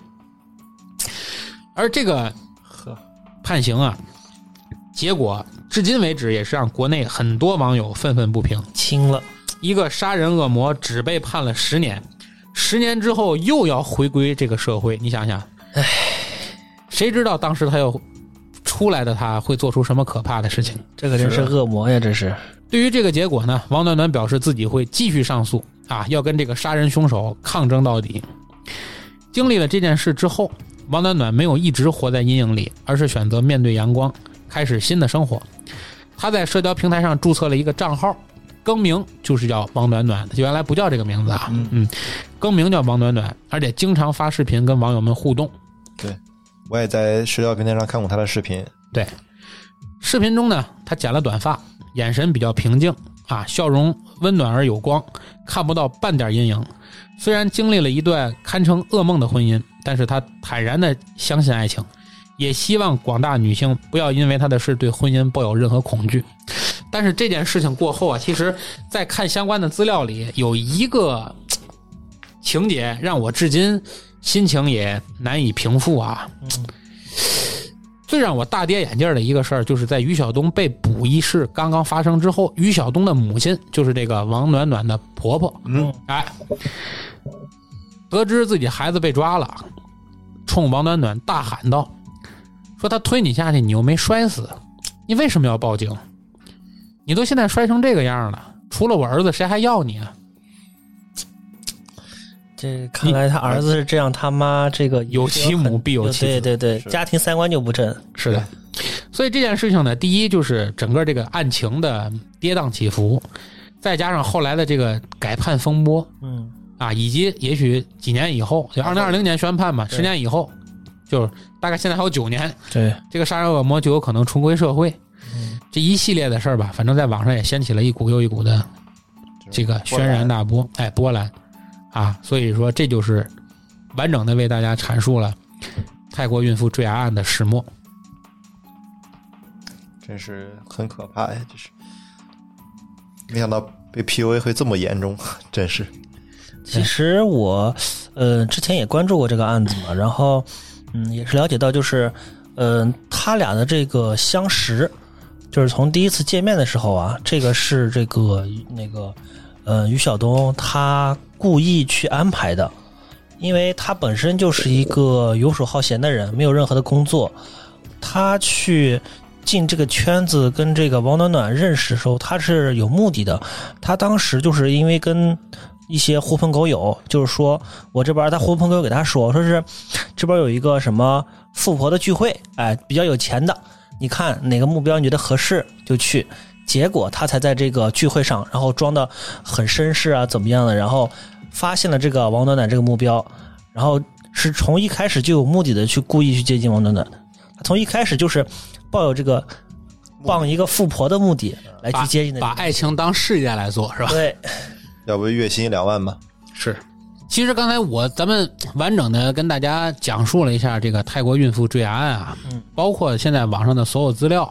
而这个判刑啊，结果至今为止也是让国内很多网友愤愤不平。轻了，一个杀人恶魔只被判了十年，十年之后又要回归这个社会，你想想，唉，谁知道当时他又出来的他会做出什么可怕的事情？这可真是恶魔呀！这是，对于这个结果呢，王暖暖表示自己会继续上诉啊，要跟这个杀人凶手抗争到底。经历了这件事之后，王暖暖没有一直活在阴影里，而是选择面对阳光，开始新的生活。她在社交平台上注册了一个账号，更名就是叫王暖暖，她原来不叫这个名字啊，嗯嗯，更名叫王暖暖，而且经常发视频跟网友们互动。我也在社交平台上看过他的视频，视频中呢，他剪了短发，眼神比较平静啊，笑容温暖而有光，看不到半点阴影。虽然经历了一段堪称噩梦的婚姻，但是他坦然的相信爱情，也希望广大女性不要因为他的事对婚姻抱有任何恐惧。但是这件事情过后啊，其实，在看相关的资料里，有一个嘖情节让我至今心情也难以平复啊。最让我大跌眼镜的一个事儿，就是在于晓东被捕一事刚刚发生之后，于晓东的母亲，就是这个王暖暖的婆婆，嗯，哎，得知自己孩子被抓了，冲王暖暖大喊道：“说他推你下去，你又没摔死，你为什么要报警？你都现在摔成这个样了，除了我儿子，谁还要你啊？”这看来他儿子是这样，他妈这个哎有其母必有有其子对对对，是家庭三观就不正。是的，所以这件事情呢，第一就是整个这个案情的跌宕起伏，再加上后来的这个改判风波嗯，啊，以及也许几年以后，就二零二零年宣判嘛，对十年以后，就是大概现在还有九年，对，这个杀人恶魔就有可能重归社会。这一系列的事儿吧，反正在网上也掀起了一股又一股的这个轩然大波，哎，波澜啊，所以说这就是完整的为大家阐述了泰国孕妇坠崖案的始末。真是很可怕呀！这是没想到被 PUA 会这么严重， *laughs* 真是其实我呃之前也关注过这个案子嘛，然后嗯也是了解到，就是嗯、呃、他俩的这个相识，就是从第一次见面的时候啊，这个是这个那个呃于晓东他故意去安排的，因为他本身就是一个游手好闲的人，没有任何的工作，他去。进这个圈子跟这个王暖暖认识的时候，他是有目的的。他当时就是因为跟一些狐朋狗友，就是说我这边儿他狐朋狗友给他说，说是这边儿有一个什么富婆的聚会，哎，比较有钱的，你看哪个目标你觉得合适就去。结果他才在这个聚会上，然后装的很绅士啊，怎么样的，然后发现了这个王暖暖这个目标，然后是从一开始就有目的的去故意去接近王暖暖，他从一开始就是抱有这个傍一个富婆的目的来去接近的，把爱情当事业来做是吧？对，要不月薪两万吧？是。其实刚才我咱们完整的跟大家讲述了一下这个泰国孕妇坠崖案啊，嗯包括现在网上的所有资料，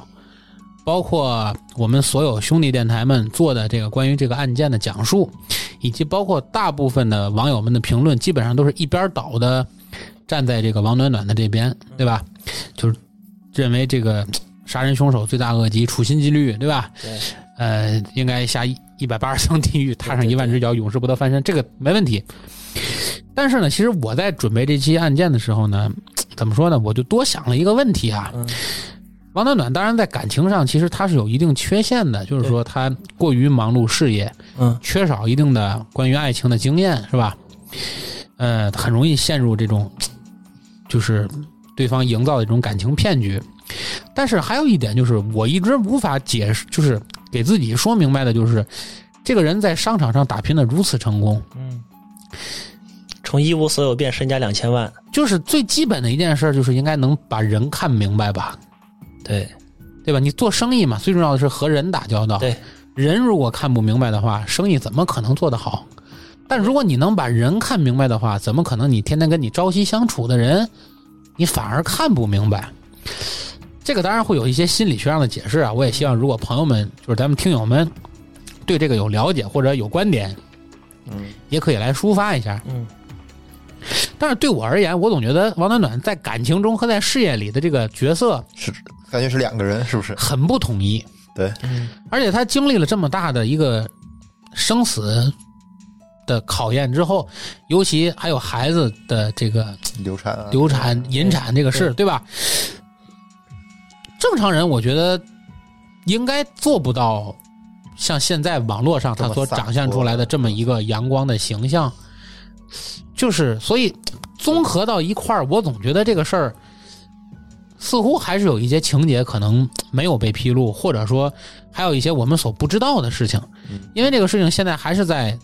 包括我们所有兄弟电台们做的这个关于这个案件的讲述，以及包括大部分的网友们的评论，基本上都是一边倒的站在这个王暖暖的这边，对吧？就是认为这个杀人凶手罪大恶极，处心积虑，对吧？对呃，应该下一百八十层地狱，踏上一万只脚，永世不得翻身，这个没问题。但是呢，其实我在准备这期案件的时候呢，怎么说呢？我就多想了一个问题啊。嗯王暖暖当然在感情上，其实她是有一定缺陷的，就是说她过于忙碌事业，嗯。缺少一定的关于爱情的经验，是吧？呃，很容易陷入这种，就是对方营造的这种感情骗局。但是还有一点就是，我一直无法解释，就是给自己说明白的，就是这个人在商场上打拼的如此成功，嗯，从一无所有变身家两千万，就是最基本的一件事，就是应该能把人看明白吧，对对吧？你做生意嘛，最重要的是和人打交道。对，人如果看不明白的话，生意怎么可能做得好？但如果你能把人看明白的话，怎么可能你天天跟你朝夕相处的人，你反而看不明白？这个当然会有一些心理学上的解释啊。我也希望如果朋友们，就是咱们听友们，对这个有了解或者有观点，嗯，也可以来抒发一下。嗯，但是对我而言，我总觉得王暖暖在感情中和在事业里的这个角色是感觉是两个人，是不是？很不统一。对，嗯而且他经历了这么大的一个生死的考验之后，尤其还有孩子的这个流产啊，流产、引产这个事，对吧？正常人我觉得应该做不到像现在网络上他所展现出来的这么一个阳光的形象，就是所以综合到一块儿，我总觉得这个事儿似乎还是有一些情节可能没有被披露，或者说还有一些我们所不知道的事情嗯，因为这个事情现在还是在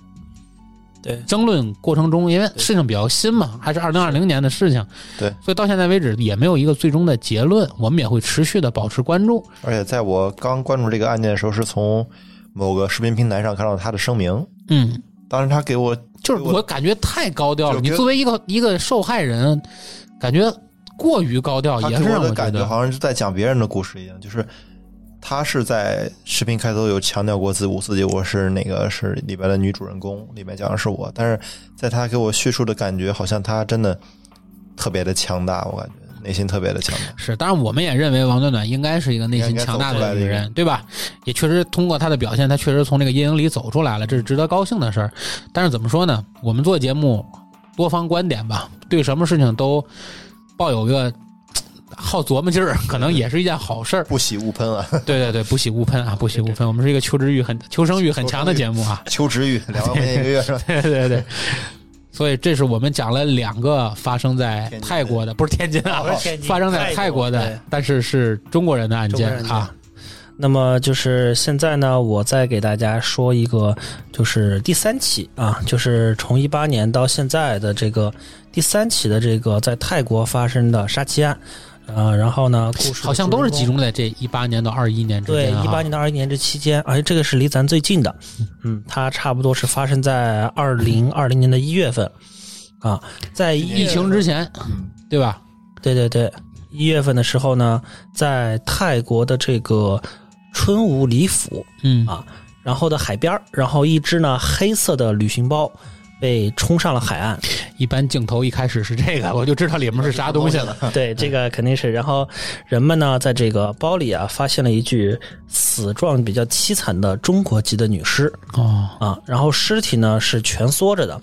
对，争论过程中，因为事情比较新嘛，还是二零二零年的事情，对，所以到现在为止也没有一个最终的结论，我们也会持续的保持关注。而且在我刚关注这个案件的时候，是从某个视频平台上看到他的声明，嗯，当时他给我就是我我感觉太高调了，就你觉得作为一个一个受害人，感觉过于高哦调，他也给是让我我的觉感觉得好像是在讲别人的故事一样，就是他是在视频开头有强调过自我，自己我是那个是里边的女主人公，里面讲的是我，但是在他给我叙述的感觉，好像他真的特别的强大，我感觉内心特别的强大。 *laughs* 是。当然，我们也认为王暖暖应该是一个内心强大应该走出来的的一女个人，对吧？也确实通过她的表现，她确实从这个阴影里走出来了，这是值得高兴的事儿。但是怎么说呢？我们做节目，多方观点吧，对什么事情都抱有个好琢磨劲儿，可能也是一件好事儿。不喜勿喷啊，对对对，不喜勿喷啊，不喜勿喷。我们是一个求知欲很、求生欲很强的节目啊。 *laughs* 求职欲两万块钱一个月是吧？对对对，所以这是我们讲了两个发生在天津哦泰国的，不是天津啊不是天，津发生在泰泰国国的对，但是是中国人的案中国件人的啊。那么就是现在呢，我再给大家说一个，就是第三起啊，就是从一八年到现在的这个第三起的这个在泰国发生的杀妻案，呃，然后呢，故事好像都是集几。中在这一八年到二一年之对，间啊。一八年到二一年这期间，而且这个是离咱最近的，嗯，它差不多是发生在二零二零年的一月份，啊，在一疫情之前，嗯对吧？对对对，一月份的时候呢，在泰国的这个春武里府，嗯啊然后的海边儿，然后一只呢黑色的旅行包被冲上了海岸，一般镜头一开始是这个，我就知道里面是啥东西了。对，这个肯定是。然后人们呢，在这个包里啊，发现了一具死状比较凄惨的中国籍的女尸，哦，啊，然后尸体呢是蜷缩着的，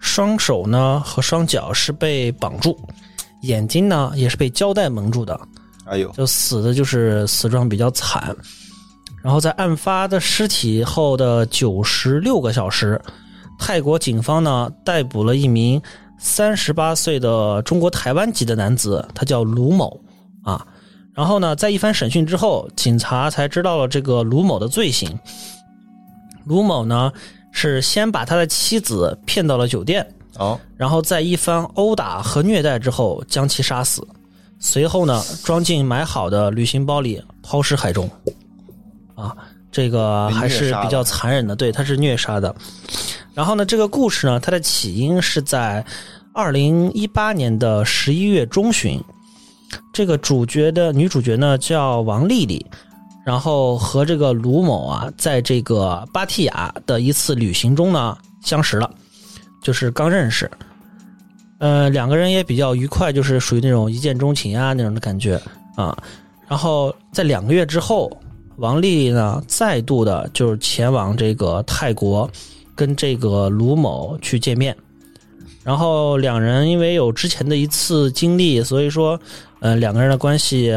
双手呢和双脚是被绑住，眼睛呢也是被胶带蒙住的， *laughs* 哎呦，就死的就是死状比较惨。然后在案发的尸体后的九十六个小时，泰国警方呢逮捕了一名三十八岁的中国台湾籍的男子，他叫卢某啊。然后呢，在一番审讯之后，警察才知道了这个卢某的罪行。卢某呢是先把他的妻子骗到了酒店， *laughs* 哦，然后在一番殴打和虐待之后将其杀死，随后呢装进买好的旅行包里抛尸海中。啊，这个还是比较残忍的，对，他是虐杀的。然后呢，这个故事呢，它的起因是在二零一八年的十一月中旬，这个主角的女主角呢叫王丽丽。然后和这个卢某啊，在这个芭提雅的一次旅行中呢相识了。就是刚认识，呃，两个人也比较愉快，就是属于那种一见钟情啊那种的感觉啊。然后在两个月之后，王丽丽呢再度的就是前往这个泰国，跟这个卢某去见面。然后两人因为有之前的一次经历，所以说，呃，两个人的关系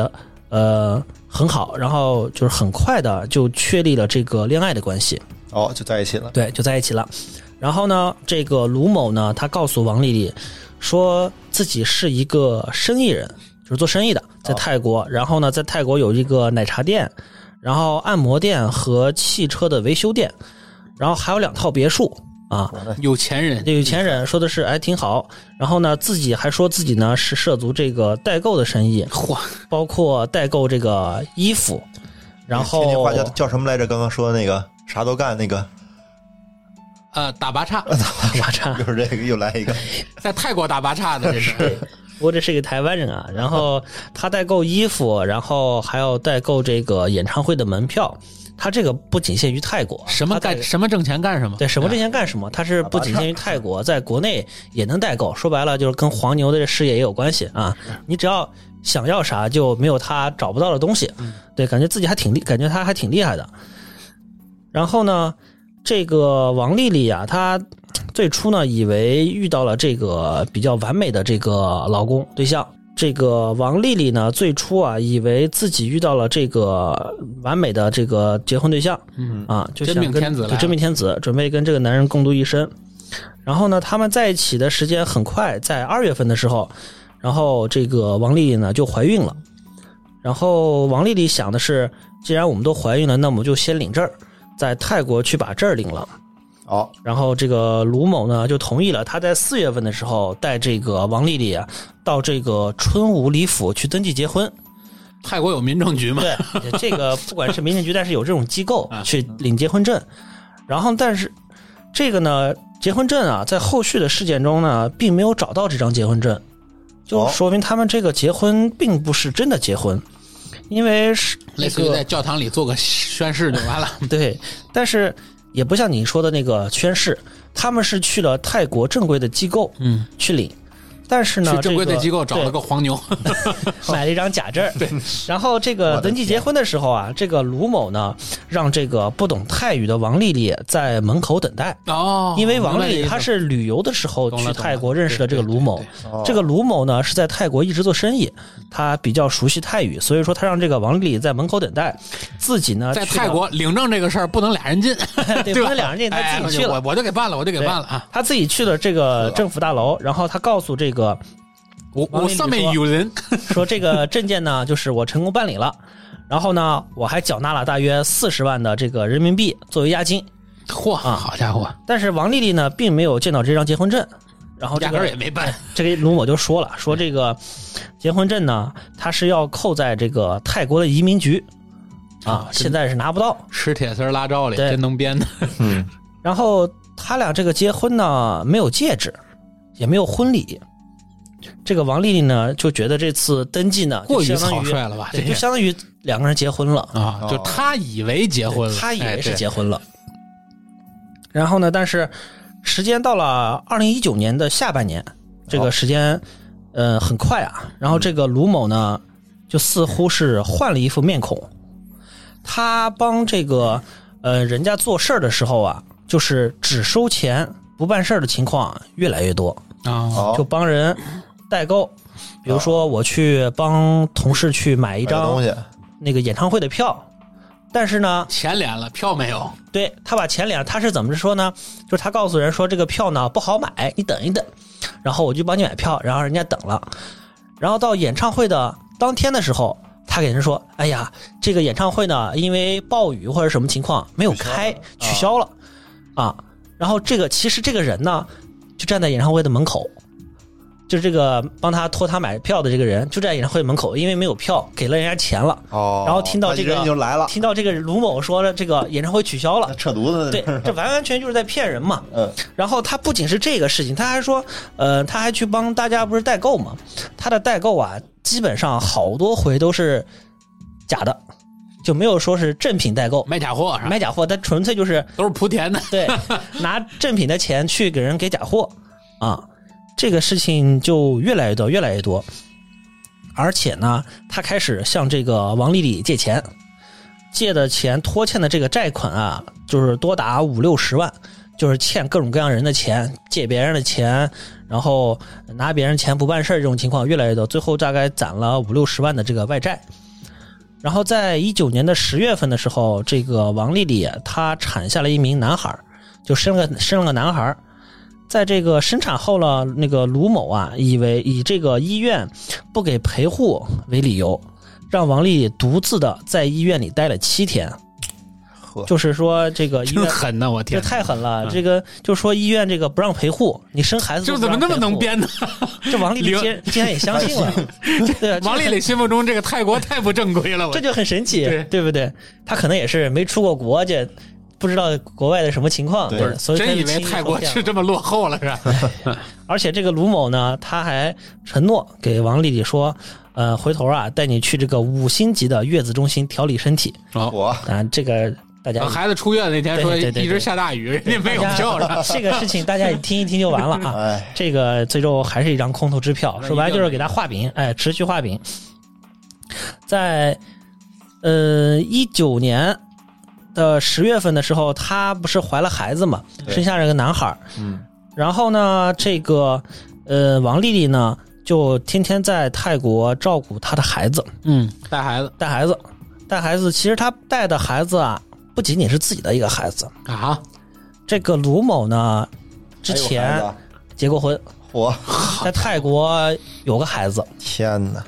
呃很好，然后就是很快的就确立了这个恋爱的关系。哦，就在一起了。对，就在一起了。然后呢，这个卢某呢，他告诉王丽丽，说自己是一个生意人，就是做生意的，在泰国。然后呢，在泰国有一个奶茶店，然后按摩店和汽车的维修店，然后还有两套别墅啊。有钱人这有钱人说的是哎挺好，然后呢自己还说自己呢是涉足这个代购的生意，嚯，包括代购这个衣服，然后天津话叫叫什么来着？刚刚说那个啥都干那 *laughs* 个，呃，打八叉，我差又是这个又来一个，在泰国打八叉的，这是不过这是一个台湾人啊，然后他代购衣 *laughs* 服，然后还要代购这个演唱会的门票。他这个不仅限于泰国， *laughs* 什么他代干什么挣钱干什么？对什么挣钱干什么，他是不仅限于泰国，在国内也能代购。说白了就是跟黄牛的这事业也有关系啊。你只要想要啥，就没有他找不到的东西。对，感觉自己还挺厉，感觉他还挺厉害的。然后呢，这个王丽丽啊，她最初呢以为遇到了这个比较完美的这个老公对象。这个王丽丽呢，最初啊以为自己遇到了这个完美的这个结婚对象，嗯啊，就真想命跟天子来对了真命天子，准备跟这个男人共度一生。然后呢，他们在一起的时间很快，在二月份的时候，然后这个王丽丽呢就怀孕了。然后王丽丽想的是，既然我们都怀孕了，那我们就先领证儿，在泰国去把证儿领了。哦，然后这个卢某呢就同意了，他在四月份的时候带这个王丽丽啊到这个春武里府去登记结婚。泰国有民政局嘛？对，这个不管是民政局，但是有这种机构啊去领结婚证。然后，但是这个呢，结婚证啊，在后续的事件中呢，并没有找到这张结婚证，就哦说明他们这个结婚并不是真的结婚，因为是类似于在教堂里做个宣誓就完了。对，但是也不像你说的那个宣誓，他们是去了泰国正规的机构嗯，去领。但是呢，去正规这的个机构找对了个黄 *laughs* 牛，买了一张假证儿。对，然后这个登记结婚的时候啊，这个卢某呢，让这个不懂泰语的王丽丽在门口等待，哦因为王丽丽丽她是旅游的时候懂去了懂泰了国认识的这个卢某对对。嗯哦这个卢某呢是在泰国一直做生意，他比较熟悉泰语，所以说他让这个王丽丽在门口等待，自己呢在去到泰国领证这个事儿不能俩人进， *laughs* 对，对不吧能两人进，他哎自己去了。我我就给办了，我就给对办了啊！他自己去了这个政府大楼，然后他告诉这个我王丽我丽上面说有人，说这个证件呢，就是我成功办理了，然后呢，我还缴纳了大约四十万的这个人民币作为押金，嚯，啊好家伙，但是王丽丽呢，并没有见到这张结婚证，然哦后这压根儿个也没办，这个卢某就说了，说这个结婚证呢，他是要扣在这个泰国的移民局啊，真现在是拿不到。吃铁丝儿拉罩里，对真能编的。嗯，然后他俩这个结婚呢，没有戒指，也没有婚礼。这个王丽丽呢，就觉得这次登记呢，过于就相草当于率了吧？对，这就也相当于两个人结婚了，啊，就哦他以为结婚了，他以为是哎结婚了。然后呢，但是时间到了二零一九年的下半年，这个时间、呃很快啊。然后这个卢某呢，就似乎是换了一副面孔，他帮这个呃人家做事儿的时候啊，就是只收钱不办事儿的情况越来越多。对啊，好就，帮人代购。比如说，我去帮同事去买一买个东张西，那个演唱会的票，但是呢，钱连了，票没有，对他把钱领，他是怎么说呢？就是他告诉人说这个票呢不好买，你等一等，然后我就帮你买票，然后人家等了，然后到演唱会的当天的时候，他给人说，哎呀，这个演唱会呢因为暴雨或者什么情况没有开，取消了啊。然后这个其实这个人呢就站在演唱会的门口。就是这个帮他托他买票的这个人，就在演唱会门口，因为没有票，给了人家钱了，哦，然后听到这个那人就来了，听到这个卢某说了这个演唱会取消了那，扯犊子， *laughs* 对，这完完全就是在骗人嘛。 *laughs* 嗯，然后他不仅是这个事情，他还说，呃，他还去帮大家不是代购嘛，他的代购啊，基本上好多回都是假的，就没有说是正品代购，卖假货是吧？买假货，他纯粹就是都是莆田的，对拿正品的钱去给人给假货啊，这个事情就越来越多，越来越多。而且呢，他开始向这个王丽丽借钱，借的钱拖欠的这个债款啊，就是多达五六十万，就是欠各种各样人的钱，借别人的钱，然后拿别人钱不办事儿这种情况越来越多，最后大概攒了五六十万的这个外债。然后在一九年的十月份的时候，这个王丽丽她产下了一名男孩儿，就生了个生了个男孩儿。在这个生产后了，那个卢某啊，以为以这个医院不给陪护为理由，让王丽丽独自的在医院里待了七天。呵就是说，这个医真院狠呐！我这天，太狠了，嗯这个就说医院这个不让陪护，你生孩子这都怎么不那么让陪能护？编呢？这王丽丽零竟然竟然也相 *laughs* 信了，对啊， *laughs* 这王丽很丽心目中这个泰国太不正规了，我这就很神奇，对不对？他可能也是没出过国，这不知道国外的什么情况，对对啊所以他真就以为轻易泰受国骗了是这么落后了是吧？而且这个卢某呢，他还承诺给王丽丽说，呃，回头啊带你去这个五星级的月子中心调理身体我啊，这个大家等孩子出院那天说对对对对一直下大雨，人家没有票是吧？了，这个事情大家听一听就完了啊。哎，这个最终还是一张空头支票，那说白了就是一给定他画饼，哎，持续画饼。在呃一九年的十月份的时候，她不是怀了孩子嘛，对生下了个男孩儿。嗯，然后呢，这个呃王丽丽呢，就天天在泰国照顾她的孩子，嗯，带孩子带孩子，带孩子。其实她带的孩子啊，不仅仅是自己的一个孩子，啊，这个卢某呢，之还前有孩子啊结过婚，我在泰国有个孩子。天哪，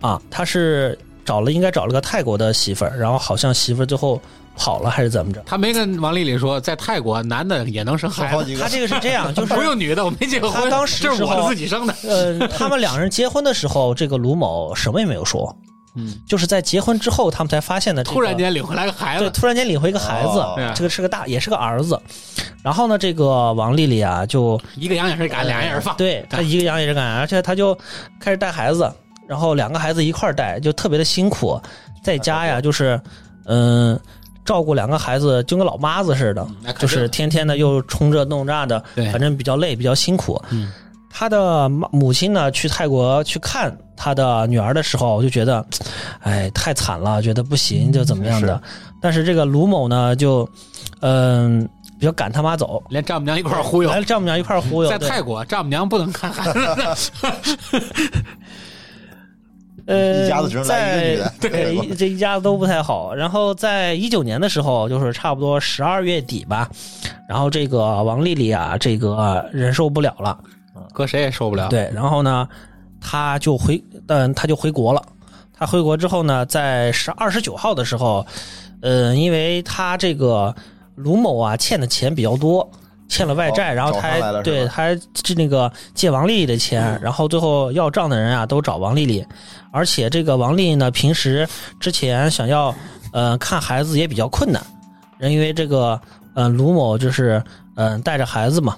啊，他是找了应该找了个泰国的媳妇儿，然后好像媳妇儿最后跑了还是怎么着？他没跟王丽丽说，在泰国男的也能生生孩好子，几个，他这个 *laughs* 是这样，就是不用女的，我没结过他婚，当时这是时候我自己生的。呃，他们两人结婚的时候，这个卢某什么也没有说，嗯，就是在结婚之后他们才发现的、这个。突然间领回来个孩对，子，突然间领回一个孩子，哦对啊这个是个大，也是个儿子。然后呢，这个王丽丽啊，就一个羊眼是赶，俩眼是放，呃对他一个羊也是干，而且他就开始带孩子，然后两个孩子一块儿带，就特别的辛苦，在家呀就是嗯、照顾两个孩子就跟老妈子似的，嗯那肯定就是天天的又冲这弄那的，哎对反正比较累，比较辛苦。嗯他的妈母亲呢去泰国去看他的女儿的时候，就觉得，哎，太惨了，觉得不嗯行，就怎么样的。但是这个卢某呢，就，嗯、比较赶他妈走，连丈母娘一块儿哎忽悠来。丈母娘一块儿哎忽悠，在对泰国，丈母娘不能看孩子，呃，一家子只能来一个女的在对，一这一家子都不太好。然后在一九年的时候，就是差不多十二月底吧，然后这个王丽丽啊，这个呃忍受不了了，搁谁也受不了。嗯对，然后呢，她就回，嗯，她就回国了。她回国之后呢，在十二十九号的时候，嗯，因为她这个卢某啊欠的钱比较多。欠了外债，哦然后找他她来还了对是他吧嗯还这那个借王丽丽的钱，然后最后要账的人啊都找王丽丽，而且这个王丽丽呢，平时之前想要呃看孩子也比较困难，因为这个呃卢某就是嗯、呃带着孩子嘛。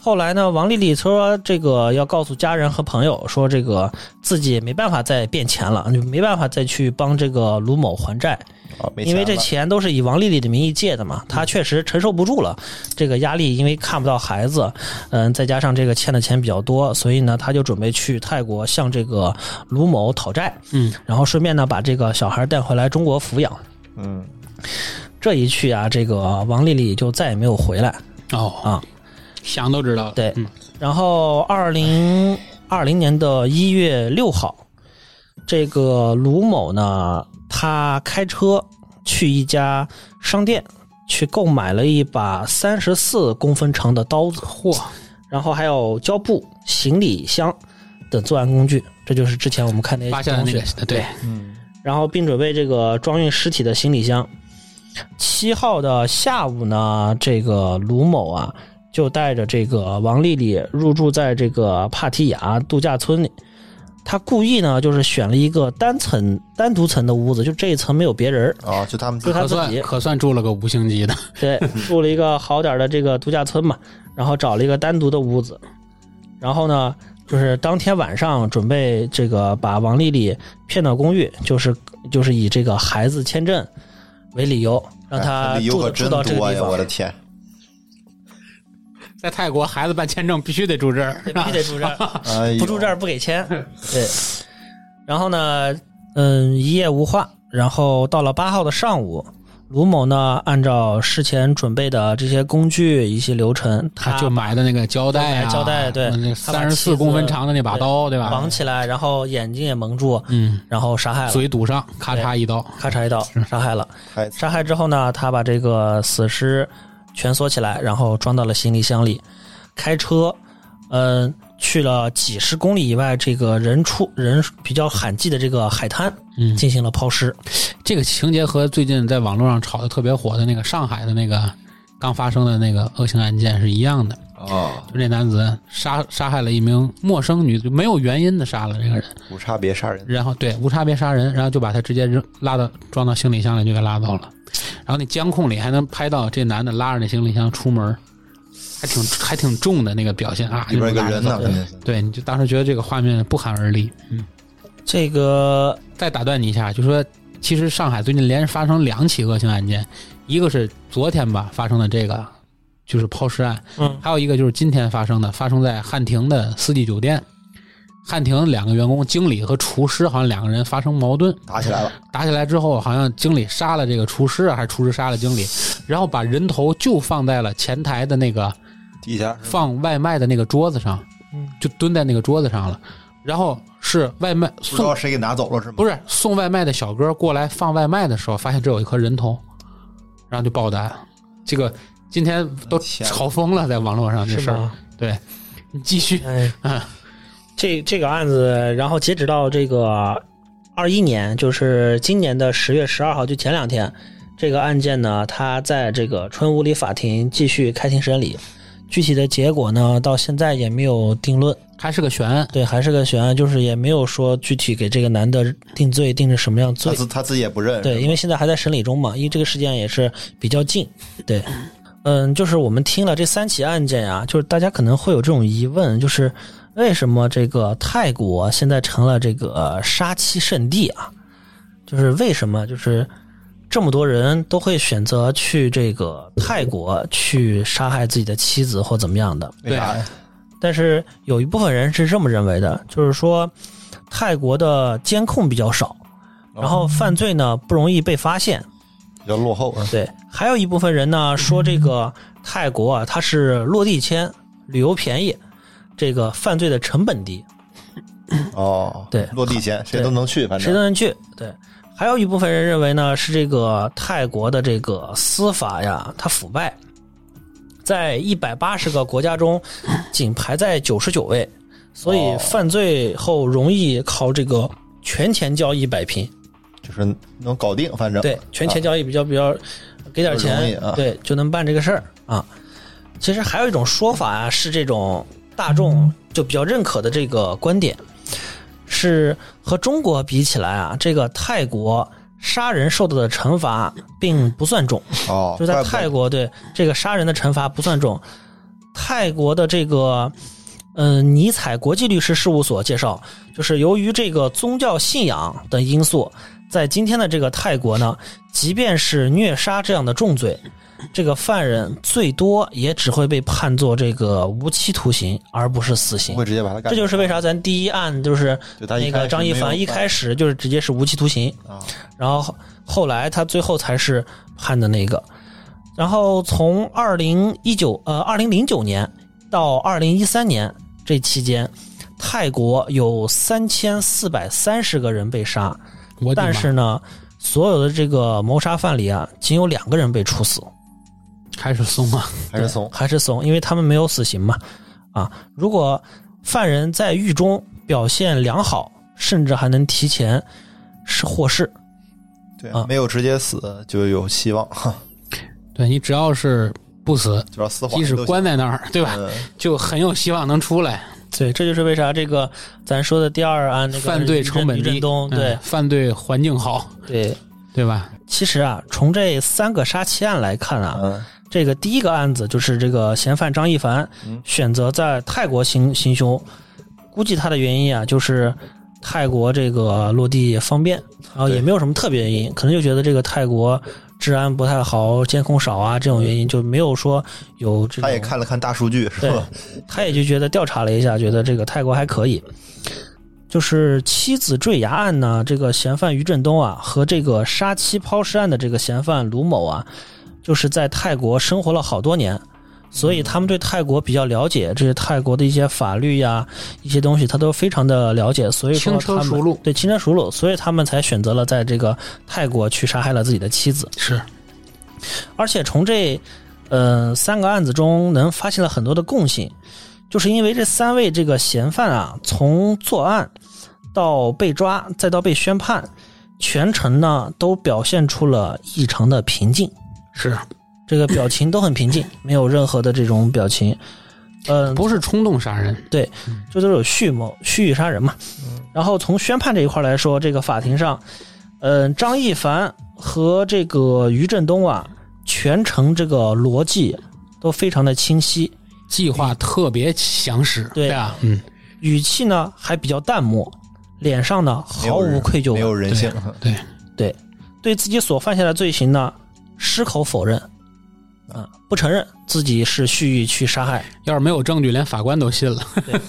后来呢，王丽丽说这个要告诉家人和朋友，说这个自己没办法再变钱了，就没办法再去帮这个卢某还债，啊，没因为钱这了钱都是以王丽丽的名义借的嘛，她确实承受不住了这个压力，因为看不到孩子，嗯，再加上这个欠的钱比较多，所以呢，她就准备去泰国向这个卢某讨债，嗯，然后顺便呢把这个小孩带回来中国抚养。嗯，这一去啊，这个王丽丽就再也没有回来。哦啊，想都知道了。对嗯然后二零二零年的一月六号，这个卢某呢，他开车去一家商店去购买了一把三十四公分长的刀子，嚯！然后还有胶布、行李箱等作案工具，这就是之前我们看那些发现了那东西个，对，嗯然后并准备这个装运尸体的行李箱。七号的下午呢，这个卢某啊，就带着这个王丽丽入住在这个帕提亚度假村里。他故意呢，就是选了一个单层、单独层的屋子，就这一层没有别人儿，啊，就他们自就己他可自己算可算住了个五星级的。对，住了一个好点儿的这个度假村嘛，然后找了一个单独的屋子，然后呢，就是当天晚上准备这个把王丽丽骗到公寓，就是就是以这个孩子签证为理由，让哎她理由住可住真到这个多地呀！我方的，天，在泰国，孩子办签证必须得住这儿，是吧必须得住这儿，哎呦 *laughs* 不住这儿不给签。对，然后呢，嗯，一夜无话。然后到了八号的上午，卢某呢按照事前准备的这些工具一些流程，他他就买的那个胶带啊，胶带对那他把三十妻四子公分长的那把刀，对吧绑？起来，然后眼睛也蒙住，嗯，然后杀害了，嘴堵上，咔嚓一刀，咔嚓一刀杀害了。太杀害之后呢，他把这个死尸蜷缩起来，然后装到了行李箱里，开车，嗯、去了几十公里以外这个人出人比较罕见的这个海滩，嗯进行了抛尸。这个情节和最近在网络上炒的特别火的那个上海的那个刚发生的那个恶性案件是一样的，啊，就这男子杀杀害了一名陌生女，就没有原因的杀了这个人，无差别杀人，然后对无差别杀人，然后就把他直接扔拉到装到行李箱里就给拉走了，然后那监控里还能拍到这男的拉着那行李箱出门，还挺还挺重的那个表现啊，里边有就个拉着人走呢，肯定是对，你就当时觉得这个画面不寒而栗。这个再打断你一下，就说其实上海最近连发生两起恶性案件，一个是昨天吧发生的这个就是抛尸案，嗯还有一个就是今天发生的，发生在汉庭的四季酒店。汉庭两个员工，经理和厨师好像两个人发生矛盾，打起来了，打起来之后，好像经理杀了这个厨师啊，还是厨师杀了经理，然后把人头就放在了前台的那个地下是吧放外卖的那个桌子上，就蹲在那个桌子上了。然后是外卖不送知道谁给拿走了是吗？不是送外卖的小哥过来放外卖的时候，发现这有一颗人头，然后就报的案。这个今天都天哪炒疯了，在网络上这是啊事儿。吗？对，你继续。哎， *laughs* 这这个案子，然后截止到这个二一年，就是今年的十月十二号，就前两天，这个案件呢，它在这个春武里法庭继续开庭审理，具体的结果呢，到现在也没有定论。还是个悬案，对，还是个悬案，就是也没有说具体给这个男的定罪，定是什么样他罪。自他自己也不认，对，因为现在还在审理中嘛，因为这个事件也是比较近。对，嗯，就是我们听了这三起案件呀、就是大家可能会有这种疑问，就是为什么这个泰国现在成了这个呃杀妻圣地啊？就是为什么就是这么多人都会选择去这个泰国去杀害自己的妻子或怎么样的？为啥呀？但是有一部分人是这么认为的，就是说泰国的监控比较少，然后犯罪呢不容易被发现。比较落后啊。对，还有一部分人呢说这个泰国啊，它是落地签，旅游便宜，这个犯罪的成本低，哦，对落地前谁都能去，反谁都正能去。对，还有一部分人认为呢是这个泰国的这个司法呀，它腐败，在一百八十个国家中仅排在九十九位，所以哦犯罪后容易靠这个权钱交易摆平。就是能搞定，反正对，权钱交易比较比较，给点啊容易钱，啊对，就能办这个事儿啊。其实还有一种说法啊，是这种大众就比较认可的这个观点，是和中国比起来啊，这个泰国杀人受到的惩罚并不算重，哦，就在怪不得泰国，对这个杀人的惩罚不算重。泰国的这个，呃，尼采国际律师事务所介绍，就是由于这个宗教信仰等因素，在今天的这个泰国呢，即便是虐杀这样的重罪，这个犯人最多也只会被判作这个无期徒刑，而不是死不刑会。直接把他干掉。这就是为啥咱第一案就是就他那一开个始张一没有凡一办开始就是直接是无期徒刑，啊，然后后后来他最后才是判的那个。然后从二零一九呃二零零九年到二零一三年这期间，泰国有三千四百三十个人被杀，我的妈但是呢，所有的这个谋杀犯里啊，仅有两个人被处死，开始啊松了，还是怂。还是怂，因为他们没有死刑嘛。啊，如果犯人在狱中表现良好，甚至还能提前是获释，对啊，没有直接死就有希望， *laughs* 对你只要是不死，就要死缓都即使行。关啊在那儿，对吧？嗯就很有希望能出来。对，这就是为啥这个咱说的第二案那个犯罪成本余振余低，振东，对、嗯犯罪环境好，对。对吧？其实啊，从这三个杀妻案来看啊，嗯，这个第一个案子就是这个嫌犯张一凡嗯选择在泰国行行凶，估计他的原因啊，就是泰国这个落地方便，然后对也没有什么特别原因，可能就觉得这个泰国治安不太好，监控少啊这种原因，就没有说有这种。他也看了看大数据，是对吧？他也就觉得调查了一下，觉得这个泰国还可以。就是妻子坠崖案呢，这个嫌犯于振东啊，和这个杀妻抛尸案的这个嫌犯卢某啊，就是在泰国生活了好多年，所嗯以他们对泰国比较了解，这些泰国的一些法律呀、一些东西，他都非常的了解，所以说轻车他们熟路对轻车熟路，所以他们才选择了在这个泰国去杀害了自己的妻子。是而且从这呃三个案子中能发现了很多的共性，就是因为这三位这个嫌犯啊，从作案到被抓，再到被宣判，全程呢都表现出了异常的平静，是，这个表情都很平静，没有任何的这种表情。嗯、不是冲动杀人？这都是有蓄谋、蓄意杀人嘛。嗯然后从宣判这一块来说，这个法庭上，嗯，张一凡和这个于振东啊，全程这个逻辑都非常的清晰，计划特别详实，对吧？嗯，语气呢还比较淡漠，脸上呢没有毫无人愧疚没有感，人性。 *laughs* 对自己所犯下的罪行呢矢口否认，啊，不承认自己是蓄意去杀害。要是没有证据，连法官都信了。对，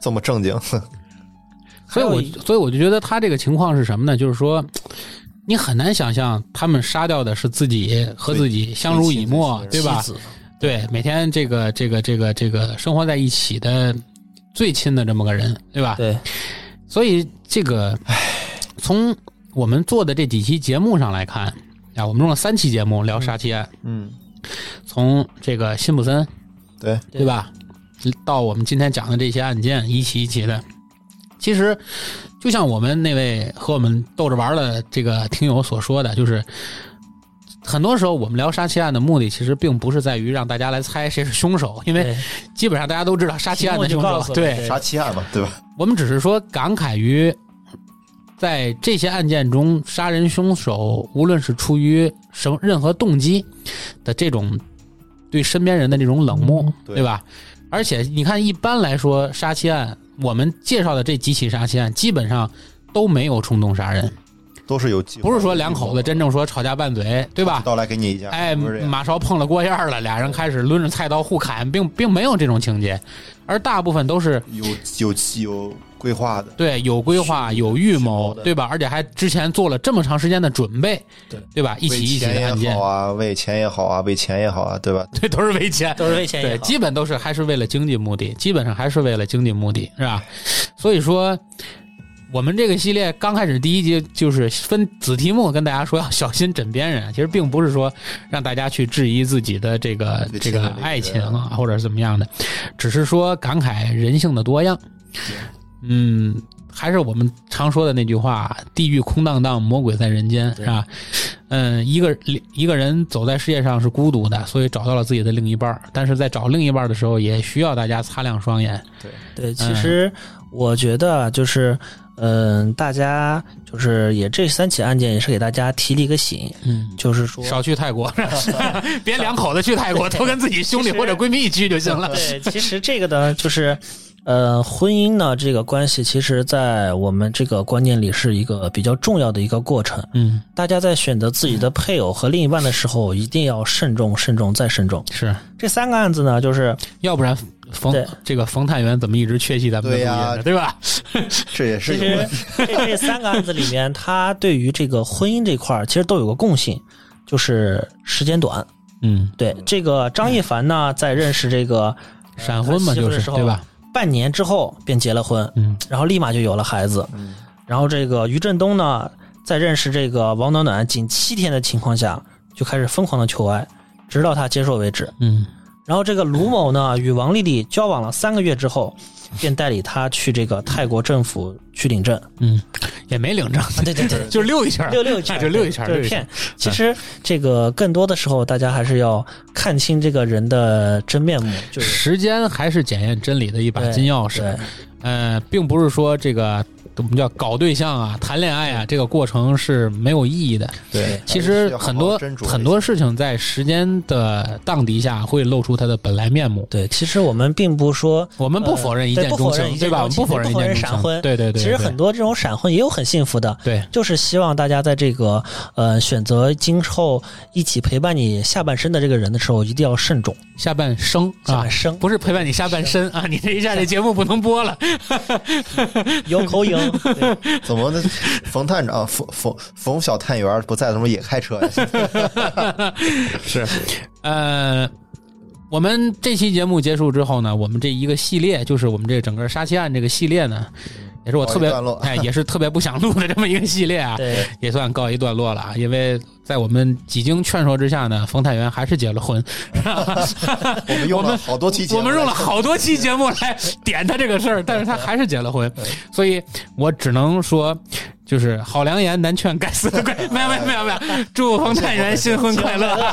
这么正经，所以还有我一所以我就觉得他这个情况是什么呢？就是说，你很难想象他们杀掉的是自己和自己 *laughs* 相濡以沫，对妻吧？子对，每天这个这个这个这个生活在一起的最亲的这么个人，对吧？对，所以这个，从我们做的这几期节目上来看啊，我们用了三期节目聊杀妻案，嗯，从这个辛普森对，对对吧，到我们今天讲的这些案件，一起一起的，其实就像我们那位和我们逗着玩儿的这个听友所说的，就是。很多时候，我们聊杀妻案的目的，其实并不是在于让大家来猜谁是凶手，因为对基本上大家都知道杀妻案的题目凶就告手诉。了对，对杀妻案嘛，对吧？我们只是说感慨于，在这些案件中，杀人凶手无论是出于什么任何动机的这种对身边人的这种冷漠，嗯对对吧？而且你看，一般来说，杀妻案我们介绍的这几起杀妻案，基本上都没有冲动杀人，都嗯是有计划的，不是说两口子真正说吵架拌嘴，对吧？到来给你一下，哎，不是这样马勺碰了锅沿儿了，俩人开始抡着菜刀互砍，并并没有这种情节，而大部分都是有有有规划的，对有规划、有预谋谋，的对吧？而且还之前做了这么长时间的准备，对对吧？一起一起为的案钱也件好，啊，为钱也好啊，为钱也好啊，对吧？对，都是为钱，都是为钱也啊对，好基本都是还是为了经济目的，基本上还是为了经济目的，是吧？所以说，我们这个系列刚开始第一集就是分子题目跟大家说要小心枕边人，其实并不是说让大家去质疑自己的这个对这个亲人的爱这情个啊，或者是怎么样的，只是说感慨人性的多样。嗯，还是我们常说的那句话：“地狱空荡荡，魔鬼在人间”，是吧？嗯，一个一个人走在世界上是孤独的，所以找到了自己的另一半儿。但是在找另一半儿的时候，也需要大家擦亮双眼。对，其实我觉得啊就是，嗯、大家就是也这三起案件也是给大家提了一个醒，嗯，就是说，少去泰国， *laughs* 别两口子去泰国，都跟自己兄弟或者闺蜜一起去就行了。 *laughs* 对，其实这个呢，就是呃，婚姻呢这个关系，其实在我们这个观念里是一个比较重要的一个过程。嗯，大家在选择自己的配偶和另一半的时候，一定要慎重、慎重再慎重。是这三个案子呢，就是要不然冯对这个冯探员怎么一直缺席咱们的录对音呀呢？对吧？这也是其有问实题。 *laughs* 这这三个案子里面，他对于这个婚姻这块儿，其实都有个共性，就是时间短。嗯，对，这个张一凡呢，在认识这个闪婚嘛，呃他媳妇就儿是的时候啊对吧？半年之后便结了婚，嗯，然后立马就有了孩子。嗯然后这个于振东呢，在认识这个王暖暖仅七天的情况下，就开始疯狂的求爱，直到他接受为止。嗯，然后这个卢某呢，与王丽丽交往了三个月之后，便代理她去这个泰国政府去领证。也没领证，啊对对 *laughs* 对，就溜一圈儿。溜溜一圈儿，啊就溜一圈儿就是溜一圈骗。其实这个更多的时候，大家还是要看清这个人的真面目，就是时间还是检验真理的一把对金钥匙。对呃，并不是说这个我们叫搞对象啊、谈恋爱啊，这个过程是没有意义的。哎对，其实很多还是需要好好斟酌一下很多事情在时间的荡涤下会露出它的本来面目。对。其实我们并不说，我们不否认一见呃对不钟否认情，一见吧？我们钟情否认一不否见认钟闪情，婚对对对。其实对很多这种闪婚也有很幸福的，对，就是希望大家在这个呃选择今后一起陪伴你下半生的这个人的时候，一定要慎重。下半生下啊半，生、不是陪伴你下半身啊！你这一下这节目不能播了。有 *laughs* 口影，对怎么呢？冯探长，冯冯冯小探员不在，怎么也开车 *laughs* 呀？呃，我们这期节目结束之后呢，我们这一个系列，就是我们这整个杀妻案这个系列呢，也是我特别告一段落哎，也是特别不想录的这么一个系列啊， *laughs* 对也算告一段落了啊。因为在我们几经劝说之下呢，冯太原还是结了婚， *laughs* 我们用了好多期节目，我们用了好多期节目来点他这个事儿，但是他还是结了婚，所以我只能说，就是好良言难劝该死 *laughs* 鬼，没有没有没有没有，祝冯太原新婚快乐，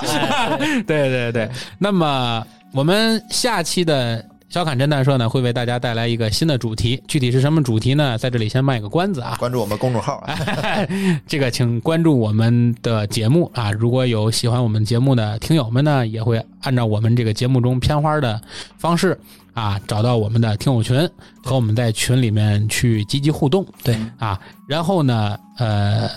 对对对。那么我们下期的。小侃侦探社呢，会为大家带来一个新的主题，具体是什么主题呢？在这里先卖个关子啊。关注我们公众号啊，哎这个请关注我们的节目啊！如果有喜欢我们节目的听友们呢，也会按照我们这个节目中片花的方式啊，找到我们的听友群，和我们在群里面去积极互动。对啊，然后呢，呃，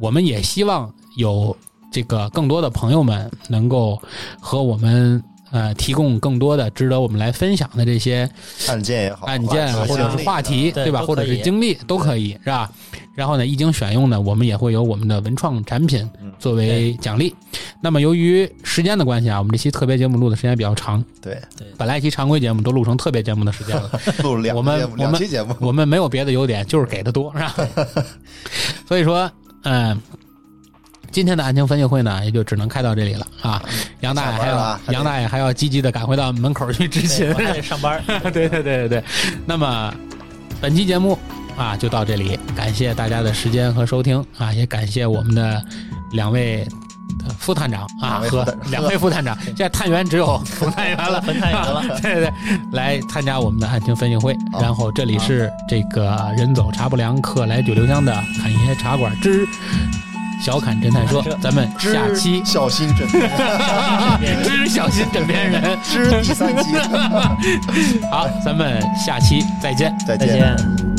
我们也希望有这个更多的朋友们能够和我们。呃，提供更多的值得我们来分享的这些案件也好，案件啊，或或者者经是历话题，对对吧？都或者可是以经历都可以，是吧？然后呢，一经选用呢，我们也会有我们的文创产品嗯作为奖励。那么由于时间的关系啊，我们这期特别节目录的时间比较长，对，本来一期常规节目都录成特别节目的时间了，录了两我们节目两期节目，我们没有别的优点，就是给的多，是吧？ *laughs* 所以说，嗯、今天的案情分析会呢，也就只能开到这里了啊。杨大爷还嗯下班要、了啊还得杨大爷还要积极的赶回到门口去执勤对，，我还得上班。 *laughs* 对对对对对。那么本期节目啊就到这里，感谢大家的时间和收听啊，也感谢我们的两位。呃副探长啊，两位和副探长两位副 *laughs* 探长，现在探员只有冯探员了，冯探员了 *laughs* 对对，对来参加我们的案情分析会。好然后这里是这个人走茶不凉，客来酒留香的侃爷茶馆之小侃 *laughs* 侦探社，咱们下期知小心枕边 *laughs* 知小心枕边人。 *laughs* 知第三集，好，咱们下期再见。再再见。见。